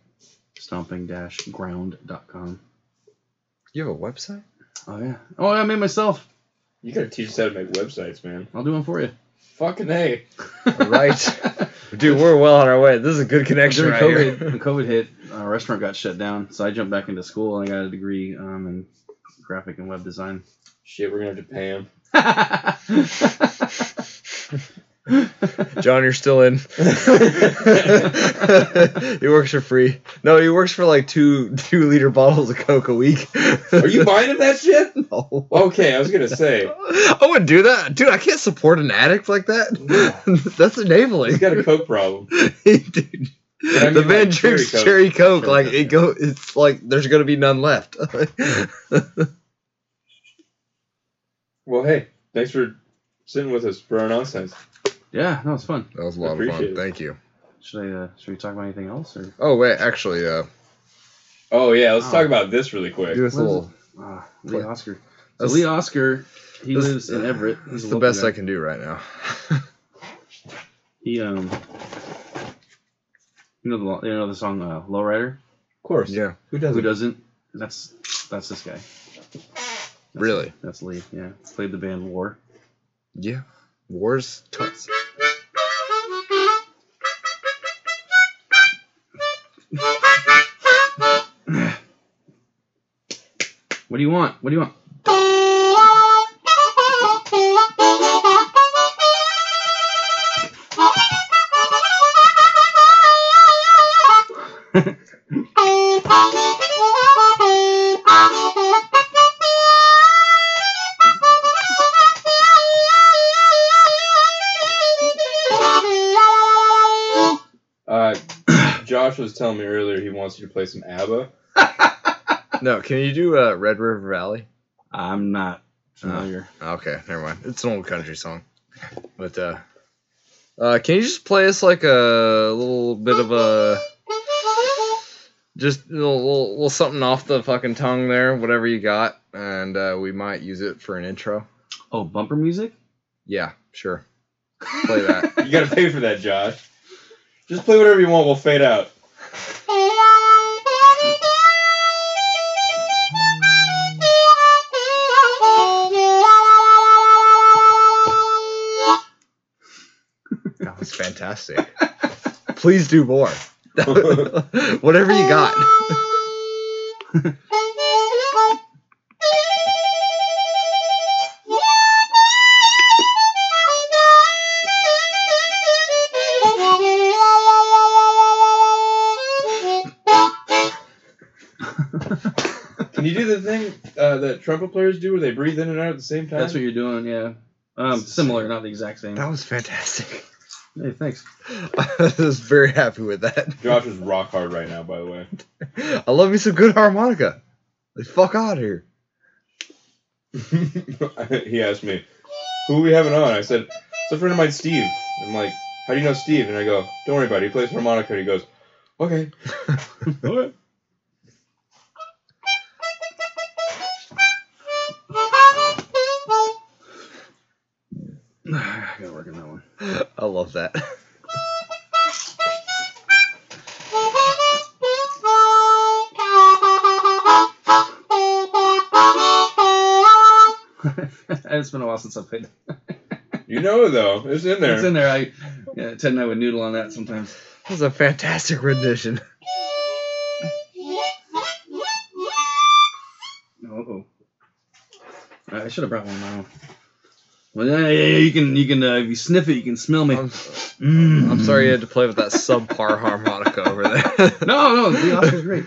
A: Stomping-ground.com.
C: You have a website?
A: Oh yeah. Oh, I made myself.
B: You gotta teach us how to make websites, man.
A: I'll do one for you.
B: Fucking hey.
C: Right. Dude, we're well on our way. This is a good connection
A: During
C: right
A: COVID,
C: here.
A: when COVID hit, our restaurant got shut down, so I jumped back into school and I got a degree um, in graphic and web design.
B: Shit, we're gonna have to pay him.
C: John, you're still in. he works for free. No, he works for like two two liter bottles of Coke a week.
B: Are you buying him that shit?
C: No.
B: Okay, I was gonna say
C: I wouldn't do that, dude. I can't support an addict like that. That's
B: he's
C: enabling,
B: got a coke problem.
C: dude.
B: I
C: the
B: mean,
C: man
B: like, cherry
C: drinks
B: Coke.
C: cherry coke,
B: Cherry
C: like
B: Coke,
C: it go. It's like there's gonna be none left.
B: Well, hey, thanks for sitting with us for our nonsense.
A: yeah, no, it's fun.
C: That was a
B: lot of fun. Appreciate it.
C: Thank you.
A: Should I? Uh, should we talk about anything else? Or
C: Oh wait, actually, uh,
B: Oh yeah, let's
A: Oh.
B: talk about this really quick.
C: do this
A: What is
C: little.
A: uh, Lee
C: What?
A: Oscar. So
C: That's-
A: Uh, Lee Oscar, he
C: This-
A: lives in Everett. He's
C: It's
A: a
C: the
A: local
C: best
A: guy.
C: I can do right now.
A: He um, you know the lo- you know the song uh, "Lowrider."
B: Of course.
C: yeah,
B: Who doesn't?
A: Who doesn't? That's that's this guy. That's-
C: Really?
A: That's Lee. Yeah, played the band War.
C: yeah. Wars tuts.
A: What do you want? What do you want?
B: Uh, Josh was telling me earlier he wants you to play some ABBA.
C: No, can you do uh, Red River Valley?
A: I'm not familiar.
C: Okay, never mind. It's an old country song, but uh, uh, can you just play us like a little bit of a just a little, little, little something off the fucking tongue there, whatever you got, and uh, we might use it for an intro.
A: oh, bumper music.
C: Yeah, sure. Play that.
B: You gotta pay for that, Josh. Just play whatever you want. We'll fade out.
C: That was fantastic. Please do more. whatever you got.
B: Can you do the thing uh, that trumpet players do, where they breathe in and out at the same time?
A: That's what you're doing. Yeah. Um, similar, not the exact same.
C: That was fantastic.
A: Hey, thanks.
C: I was very happy with that.
B: Josh is rock hard right now, by the way.
C: I love me some good harmonica. Like, fuck out of here.
B: he asked me, "Who we having on?" I said, "It's a friend of mine, Steve." I'm like, "How do you know Steve?" And I go, "Don't worry about it. He plays harmonica." And he goes, "Okay." Okay.
A: I gotta work on that one.
C: I love that.
A: it's been a while since I played.
B: You know, though, it's in there.
A: It's in there. I yeah, Ted and I would noodle on that sometimes.
C: That was a fantastic rendition.
A: Oh, oh. I should have brought one of my own. Well, yeah, yeah, yeah, you can, you can. Uh, if you sniff it, you can smell me.
C: I'm,
A: Mm.
C: I'm sorry you had to play with that subpar harmonica over there.
A: No, no, the Oscar's great.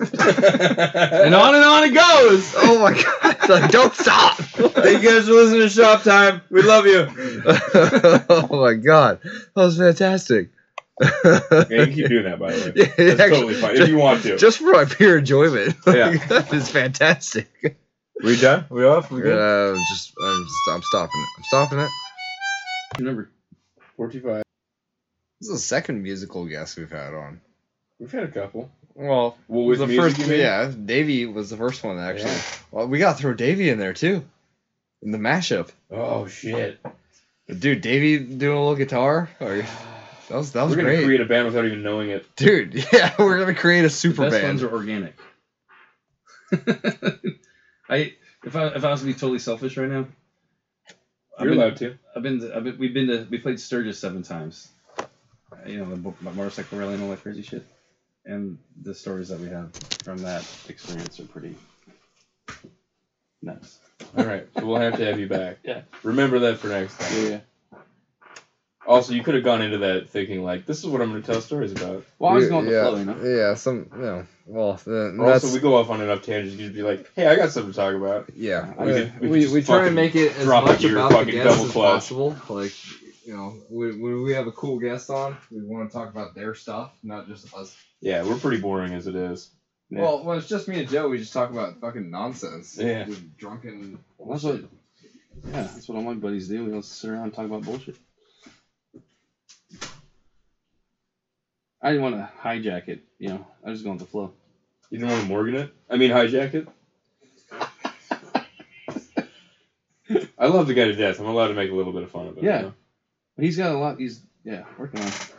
A: And on and on it goes.
C: oh my god! It's like, don't stop.
B: Thank you guys for listening to Shop Time. We love you.
C: oh my god, that was fantastic.
B: Yeah, you can keep doing that, by the way.
C: Yeah,
B: That's
C: actually,
B: totally fine if
C: Just,
B: you want to.
C: just for my pure enjoyment.
B: Yeah.
C: that is fantastic.
B: we done? We off? We good?
C: Uh, just, I'm, just, I'm stopping it. I'm stopping it.
A: Remember,
B: Forty-five.
D: This is the second musical guest we've had on.
B: We've had a couple.
D: Well,
B: Well, with
D: the
B: music,
D: first,
B: you mean?
D: yeah, Davey was the first one actually.
B: Yeah.
D: Well, we got to throw Davey in there too, in the mashup.
B: Oh shit.
D: Dude, Davey doing a little guitar. Like, that was that was
B: We're gonna
D: great,
B: create a band without even knowing it.
D: dude. Yeah, we're gonna create a
A: the
D: super
A: best
D: band.
A: ones are organic. I if I if I was to be totally selfish right now, I've
B: You're
A: been,
B: allowed to.
A: I've been, to- I've been we've been to we played Sturgis seven times. Uh, You know, the bo- my motorcycle rally and all that crazy shit. And the stories that we have from that experience are pretty nuts.
B: All right, so we'll have to have you back.
A: Yeah.
B: Remember that for next time. Yeah. Also, you could have gone into that thinking like, "This is what I'm going to tell stories about."
A: Well, I was going with
D: yeah,
A: the flow, you know.
D: Yeah, some you know. Well, then
B: Or
D: that's
B: also, we go off on enough tangents. You'd be like, "Hey, I got something to talk about."
D: yeah.
B: We
D: Uh,
B: could- we could just fucking
D: it
B: drop it here, fucking double clutch.
D: possible. Like, you know, when, when we have a cool guest on, we want to talk about their stuff, not just us.
B: Yeah, we're pretty boring as it is. Yeah.
D: Well, when it's just me and Joe, we just talk about fucking nonsense.
B: Yeah.
D: With drunken.
A: Well, that's what, yeah, that's what all my buddies do. We all sit around and talk about bullshit. I didn't want to hijack it, you know. I was going with the flow.
B: You didn't want to Morgan it? I mean, hijack it? I love the guy to death. I'm allowed to make a little bit of fun of it.
A: Yeah.
B: you know?
A: But he's got a lot. He's yeah, working on. it.
F: Live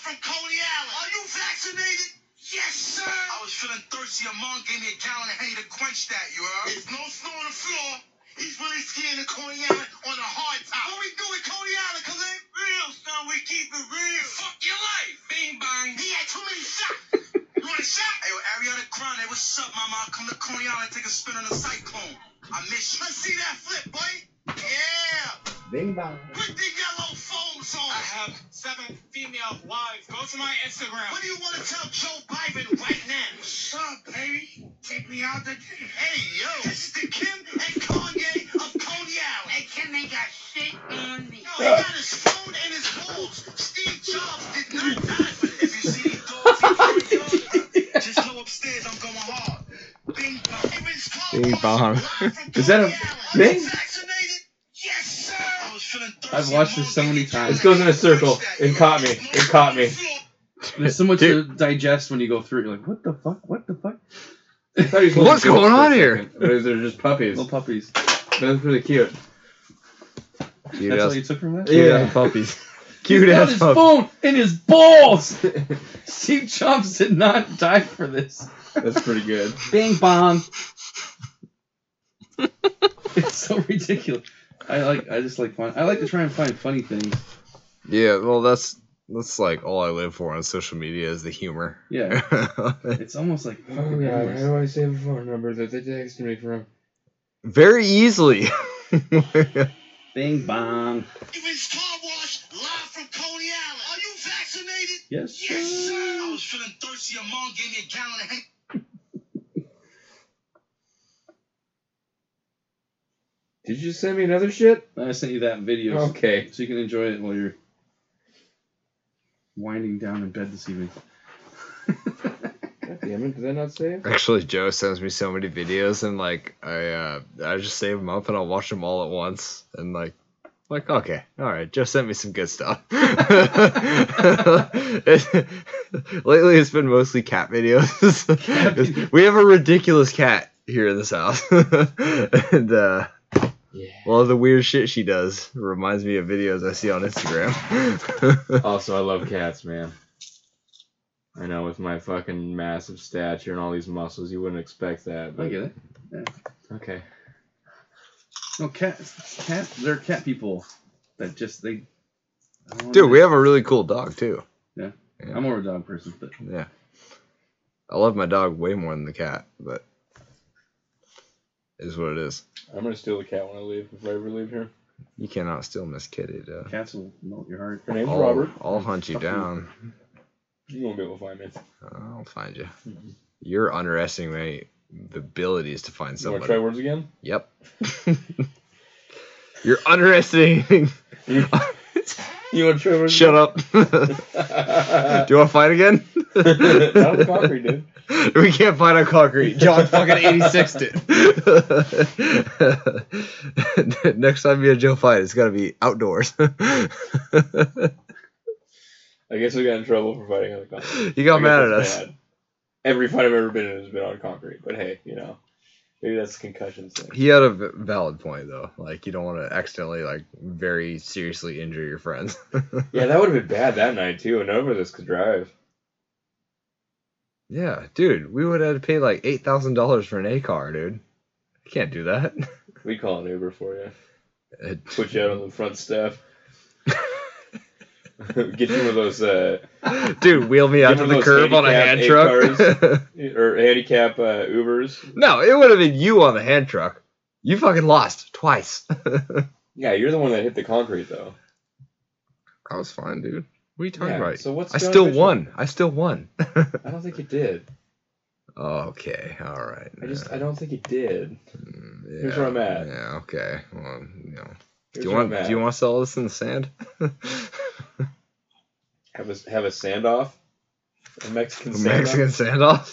F: from Coney Island. Are you vaccinated? Yes, sir. I was feeling thirsty. A monk gave me a gallon of honey to quench that, you heard? There's no snow on the floor. He's really skiing to Coney Island on a hard top. What we do in Coney Island, cause it ain't real, son. We keep it real. Fuck your life. Bing bang. He had too many shots. you want a shot? Hey, yo, Ariana Grande, what's up, mama? I'll come to Coney Island and take a spin on the cyclone. I miss you. Let's see that flip, boy. Yeah. Put the yellow phones on. I have seven female wives. Go to my Instagram. What do you want to tell Joe Biden right now? What's up, baby? Take me out the. Hey, yo. This is the Kim and Kanye of Coney Island. Hey, Kim ain't got shit on me. No, he got his phone and his balls. Steve Jobs did not die for this. If you see these dogs, you know what I'm doing. just go upstairs. I'm going hard. Bing bong.
C: Bing bong.
A: Is that a thing?
F: Vaccinated? Yes, sir. I was feeling thirsty.
A: I've watched this so many times.
B: This goes in a circle. It caught me. It caught me.
A: There's so much to digest when you go through. You're like, what the fuck? What the fuck?
B: I thought he was
C: What's
B: holding
C: going
B: kids for
C: on
B: a
C: here?
B: second, But they're just puppies.
A: Little puppies.
B: That's really cute.
C: Cute
A: That's all
C: ass,
A: you took from that.
C: cute
B: Yeah.
C: ass puppies.
A: He's
C: Cute
A: got
C: ass
A: his
C: puppies.
A: phone in his balls. Steve Jobs did not die for this.
B: That's pretty good.
A: Bing bong. it's so ridiculous. I like. I just like fun. I like to try and find funny things.
C: Yeah, well, that's That's like all I live for on social media is the humor.
A: Yeah, it's almost like
B: Oh god, how do I save a phone number that they texted me from?
C: Very easily.
A: Bing bong.
F: Evans Car Wash, live from Coney Island. Are you vaccinated?
A: Yes.
F: Yes, sir. I was feeling thirsty. Your mom gave me a gallon of Hank.
B: Did you send me another shit?
A: I sent you that video so-
B: Okay.
A: so you can enjoy it while you're winding down in bed this evening.
B: God damn it, did I not save?
C: Actually, Joe sends me so many videos, and like I, uh, I just save them up and I'll watch them all at once, and like, like okay, all right, Joe sent me some good stuff. lately, it's been mostly cat videos. It's- we have a ridiculous cat here in this house, and uh,
B: Yeah.
C: a lot of the weird shit she does reminds me of videos I see on Instagram.
B: Also, I love cats, man. I know with my fucking massive stature and all these muscles, you wouldn't expect that.
A: I
B: But
A: get it.
B: okay.
A: No cats. Cats. They're cat people that just they. I don't know.
C: Dude, we have a really cool dog too.
A: I'm more of a dog person, but
C: Yeah. I love my dog way more than the cat, but it is what it is.
B: I'm gonna steal the cat when I leave if I ever leave here.
C: You cannot steal Miss Kitty, dude.
A: cats will melt your heart.
B: Her name's
C: I'll,
B: Robert.
C: I'll hunt you down.
B: You won't be able to find me.
C: I'll find you.
B: Mhm.
C: You're underestimating the abilities to find
B: You wanna try
C: somebody.
B: words again?
C: Yep. You're underestimating.
B: You, you wanna try words?
C: Shut up. Do
B: up.
C: you want to fight again?
B: Not concrete, dude.
C: we can't find on concrete. John fucking 86 did. Next time you and Joe fight, it's got to be outdoors. you
B: I guess we got in trouble for fighting on the concrete.
C: got
B: I guess
C: mad at
B: that's
C: us.
B: bad. Every fight I've ever been in has been on concrete, but hey, you know, maybe that's the concussions thing.
C: He had a v- valid point though. Like you don't want to accidentally, like, very seriously injure your friends.
B: Yeah, that would have been bad that night too, and none of us could drive.
C: yeah, dude, we would have had to pay like eight thousand dollars for an A car, dude. You can't do that.
B: We call an Uber for you,
C: It-
B: put you out on the front step, get you one of those uh,
C: dude, wheel me out
B: Give
C: to
B: him
C: the
B: those
C: curb on a
B: handicap
C: hand
B: A
C: truck.
B: or handicap uh, Ubers.
C: no, it would have been you on the hand truck. You fucking lost twice.
B: Yeah, you're the one that hit the concrete though.
C: I was fine, dude. What are you
B: yeah, So what's
C: I
B: John
C: still
B: Mitchell?
C: won. I still won.
B: I don't think you did.
C: okay, all right.
B: I just
C: yeah.
B: I don't think you did.
C: Mm,
B: here's where I'm at.
C: Yeah, okay. Well, you know. Do
B: Here's
C: you
B: where
C: want
B: I'm at.
C: do you want to sell this in the sand?
B: have a have a sand off? A Mexican sand
C: Mexican sandoff?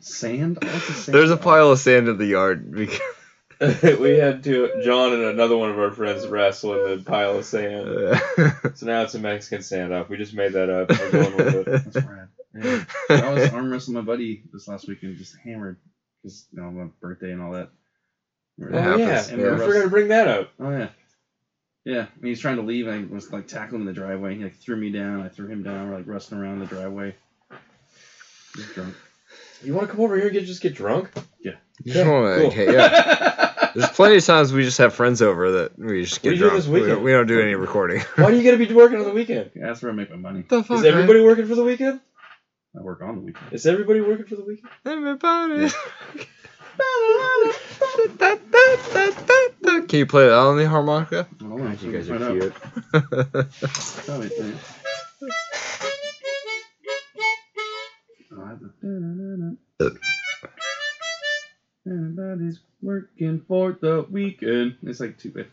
A: Sand. What's a sand?
C: There's a pile of sand in the yard. because-
B: we had to John and another one of our friends wrestle in the pile of sand. So now it's a Mexican standoff. We just made that up. We're going with it.
A: That's rad. Yeah. I was arm wrestling my buddy this last weekend, just hammered because you know my birthday and all that.
C: It
B: oh, yeah.
C: happens,
B: I
A: And we were
C: yeah.
B: forgot to bring that up.
A: Oh yeah. Yeah, and he's trying to leave, and I was like tackling the driveway. and He like threw me down. I threw him down. We're like wrestling around the driveway. He's drunk.
B: You want to come over here and get, just get drunk?
C: You just wanna-
B: Cool.
C: okay, yeah. There's plenty of times we just have friends over that we just
B: What
C: get
B: do you do
C: drunk.
B: this
C: We-
B: weekend?
C: we don't do any recording.
B: Why do you got to be working on the weekend?
A: Yeah, that's where I make my money.
C: the
B: Is everybody working for the weekend?
A: I work on the weekend.
B: Is everybody working for the weekend?
C: Everybody. Can you play that on the harmonica?
A: I don't know. Find out. Probably think. Oh, I have the- Everybody's working for the weekend. It's like two bit.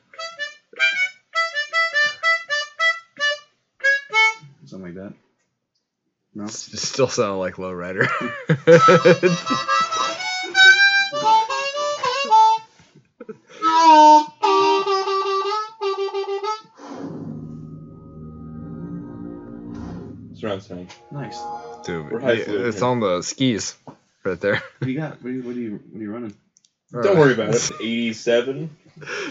A: Something like that. No.
C: S- Still sound like Lowrider.
B: Surround sound.
A: Nice.
C: Dude,
B: We're high fluting
C: it's
B: here.
C: on the skis right there.
A: What do you got? What are you, what are you, what are you running?
B: Don't worry about it. 87.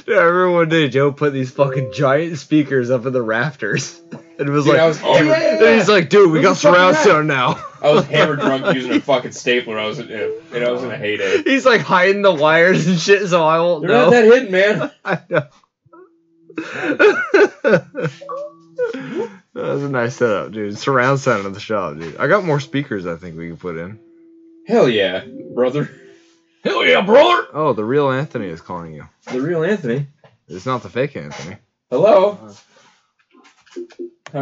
C: Dude, I remember one day Joe put these fucking giant speakers up in the rafters. And it was
B: Dude,
C: like,
B: I was- oh, yeah, yeah,
C: and he's like, dude, we
B: Who
C: got
B: the fuck
C: surround
B: is that?
C: sound now.
B: I was hammer drunk using a fucking stapler. I was in, and I was in a heyday.
C: He's like hiding the wires and shit, so I won't
B: They're
C: know.
B: not that hidden, man.
C: I know. That was a nice setup, dude. Surround sound in the shop, dude. I got more speakers I think we can put in.
B: Hell yeah, brother.
A: Hell yeah, brother!
C: Oh, the real Anthony is calling you.
B: The real Anthony.
C: It's not the fake Anthony.
B: Hello.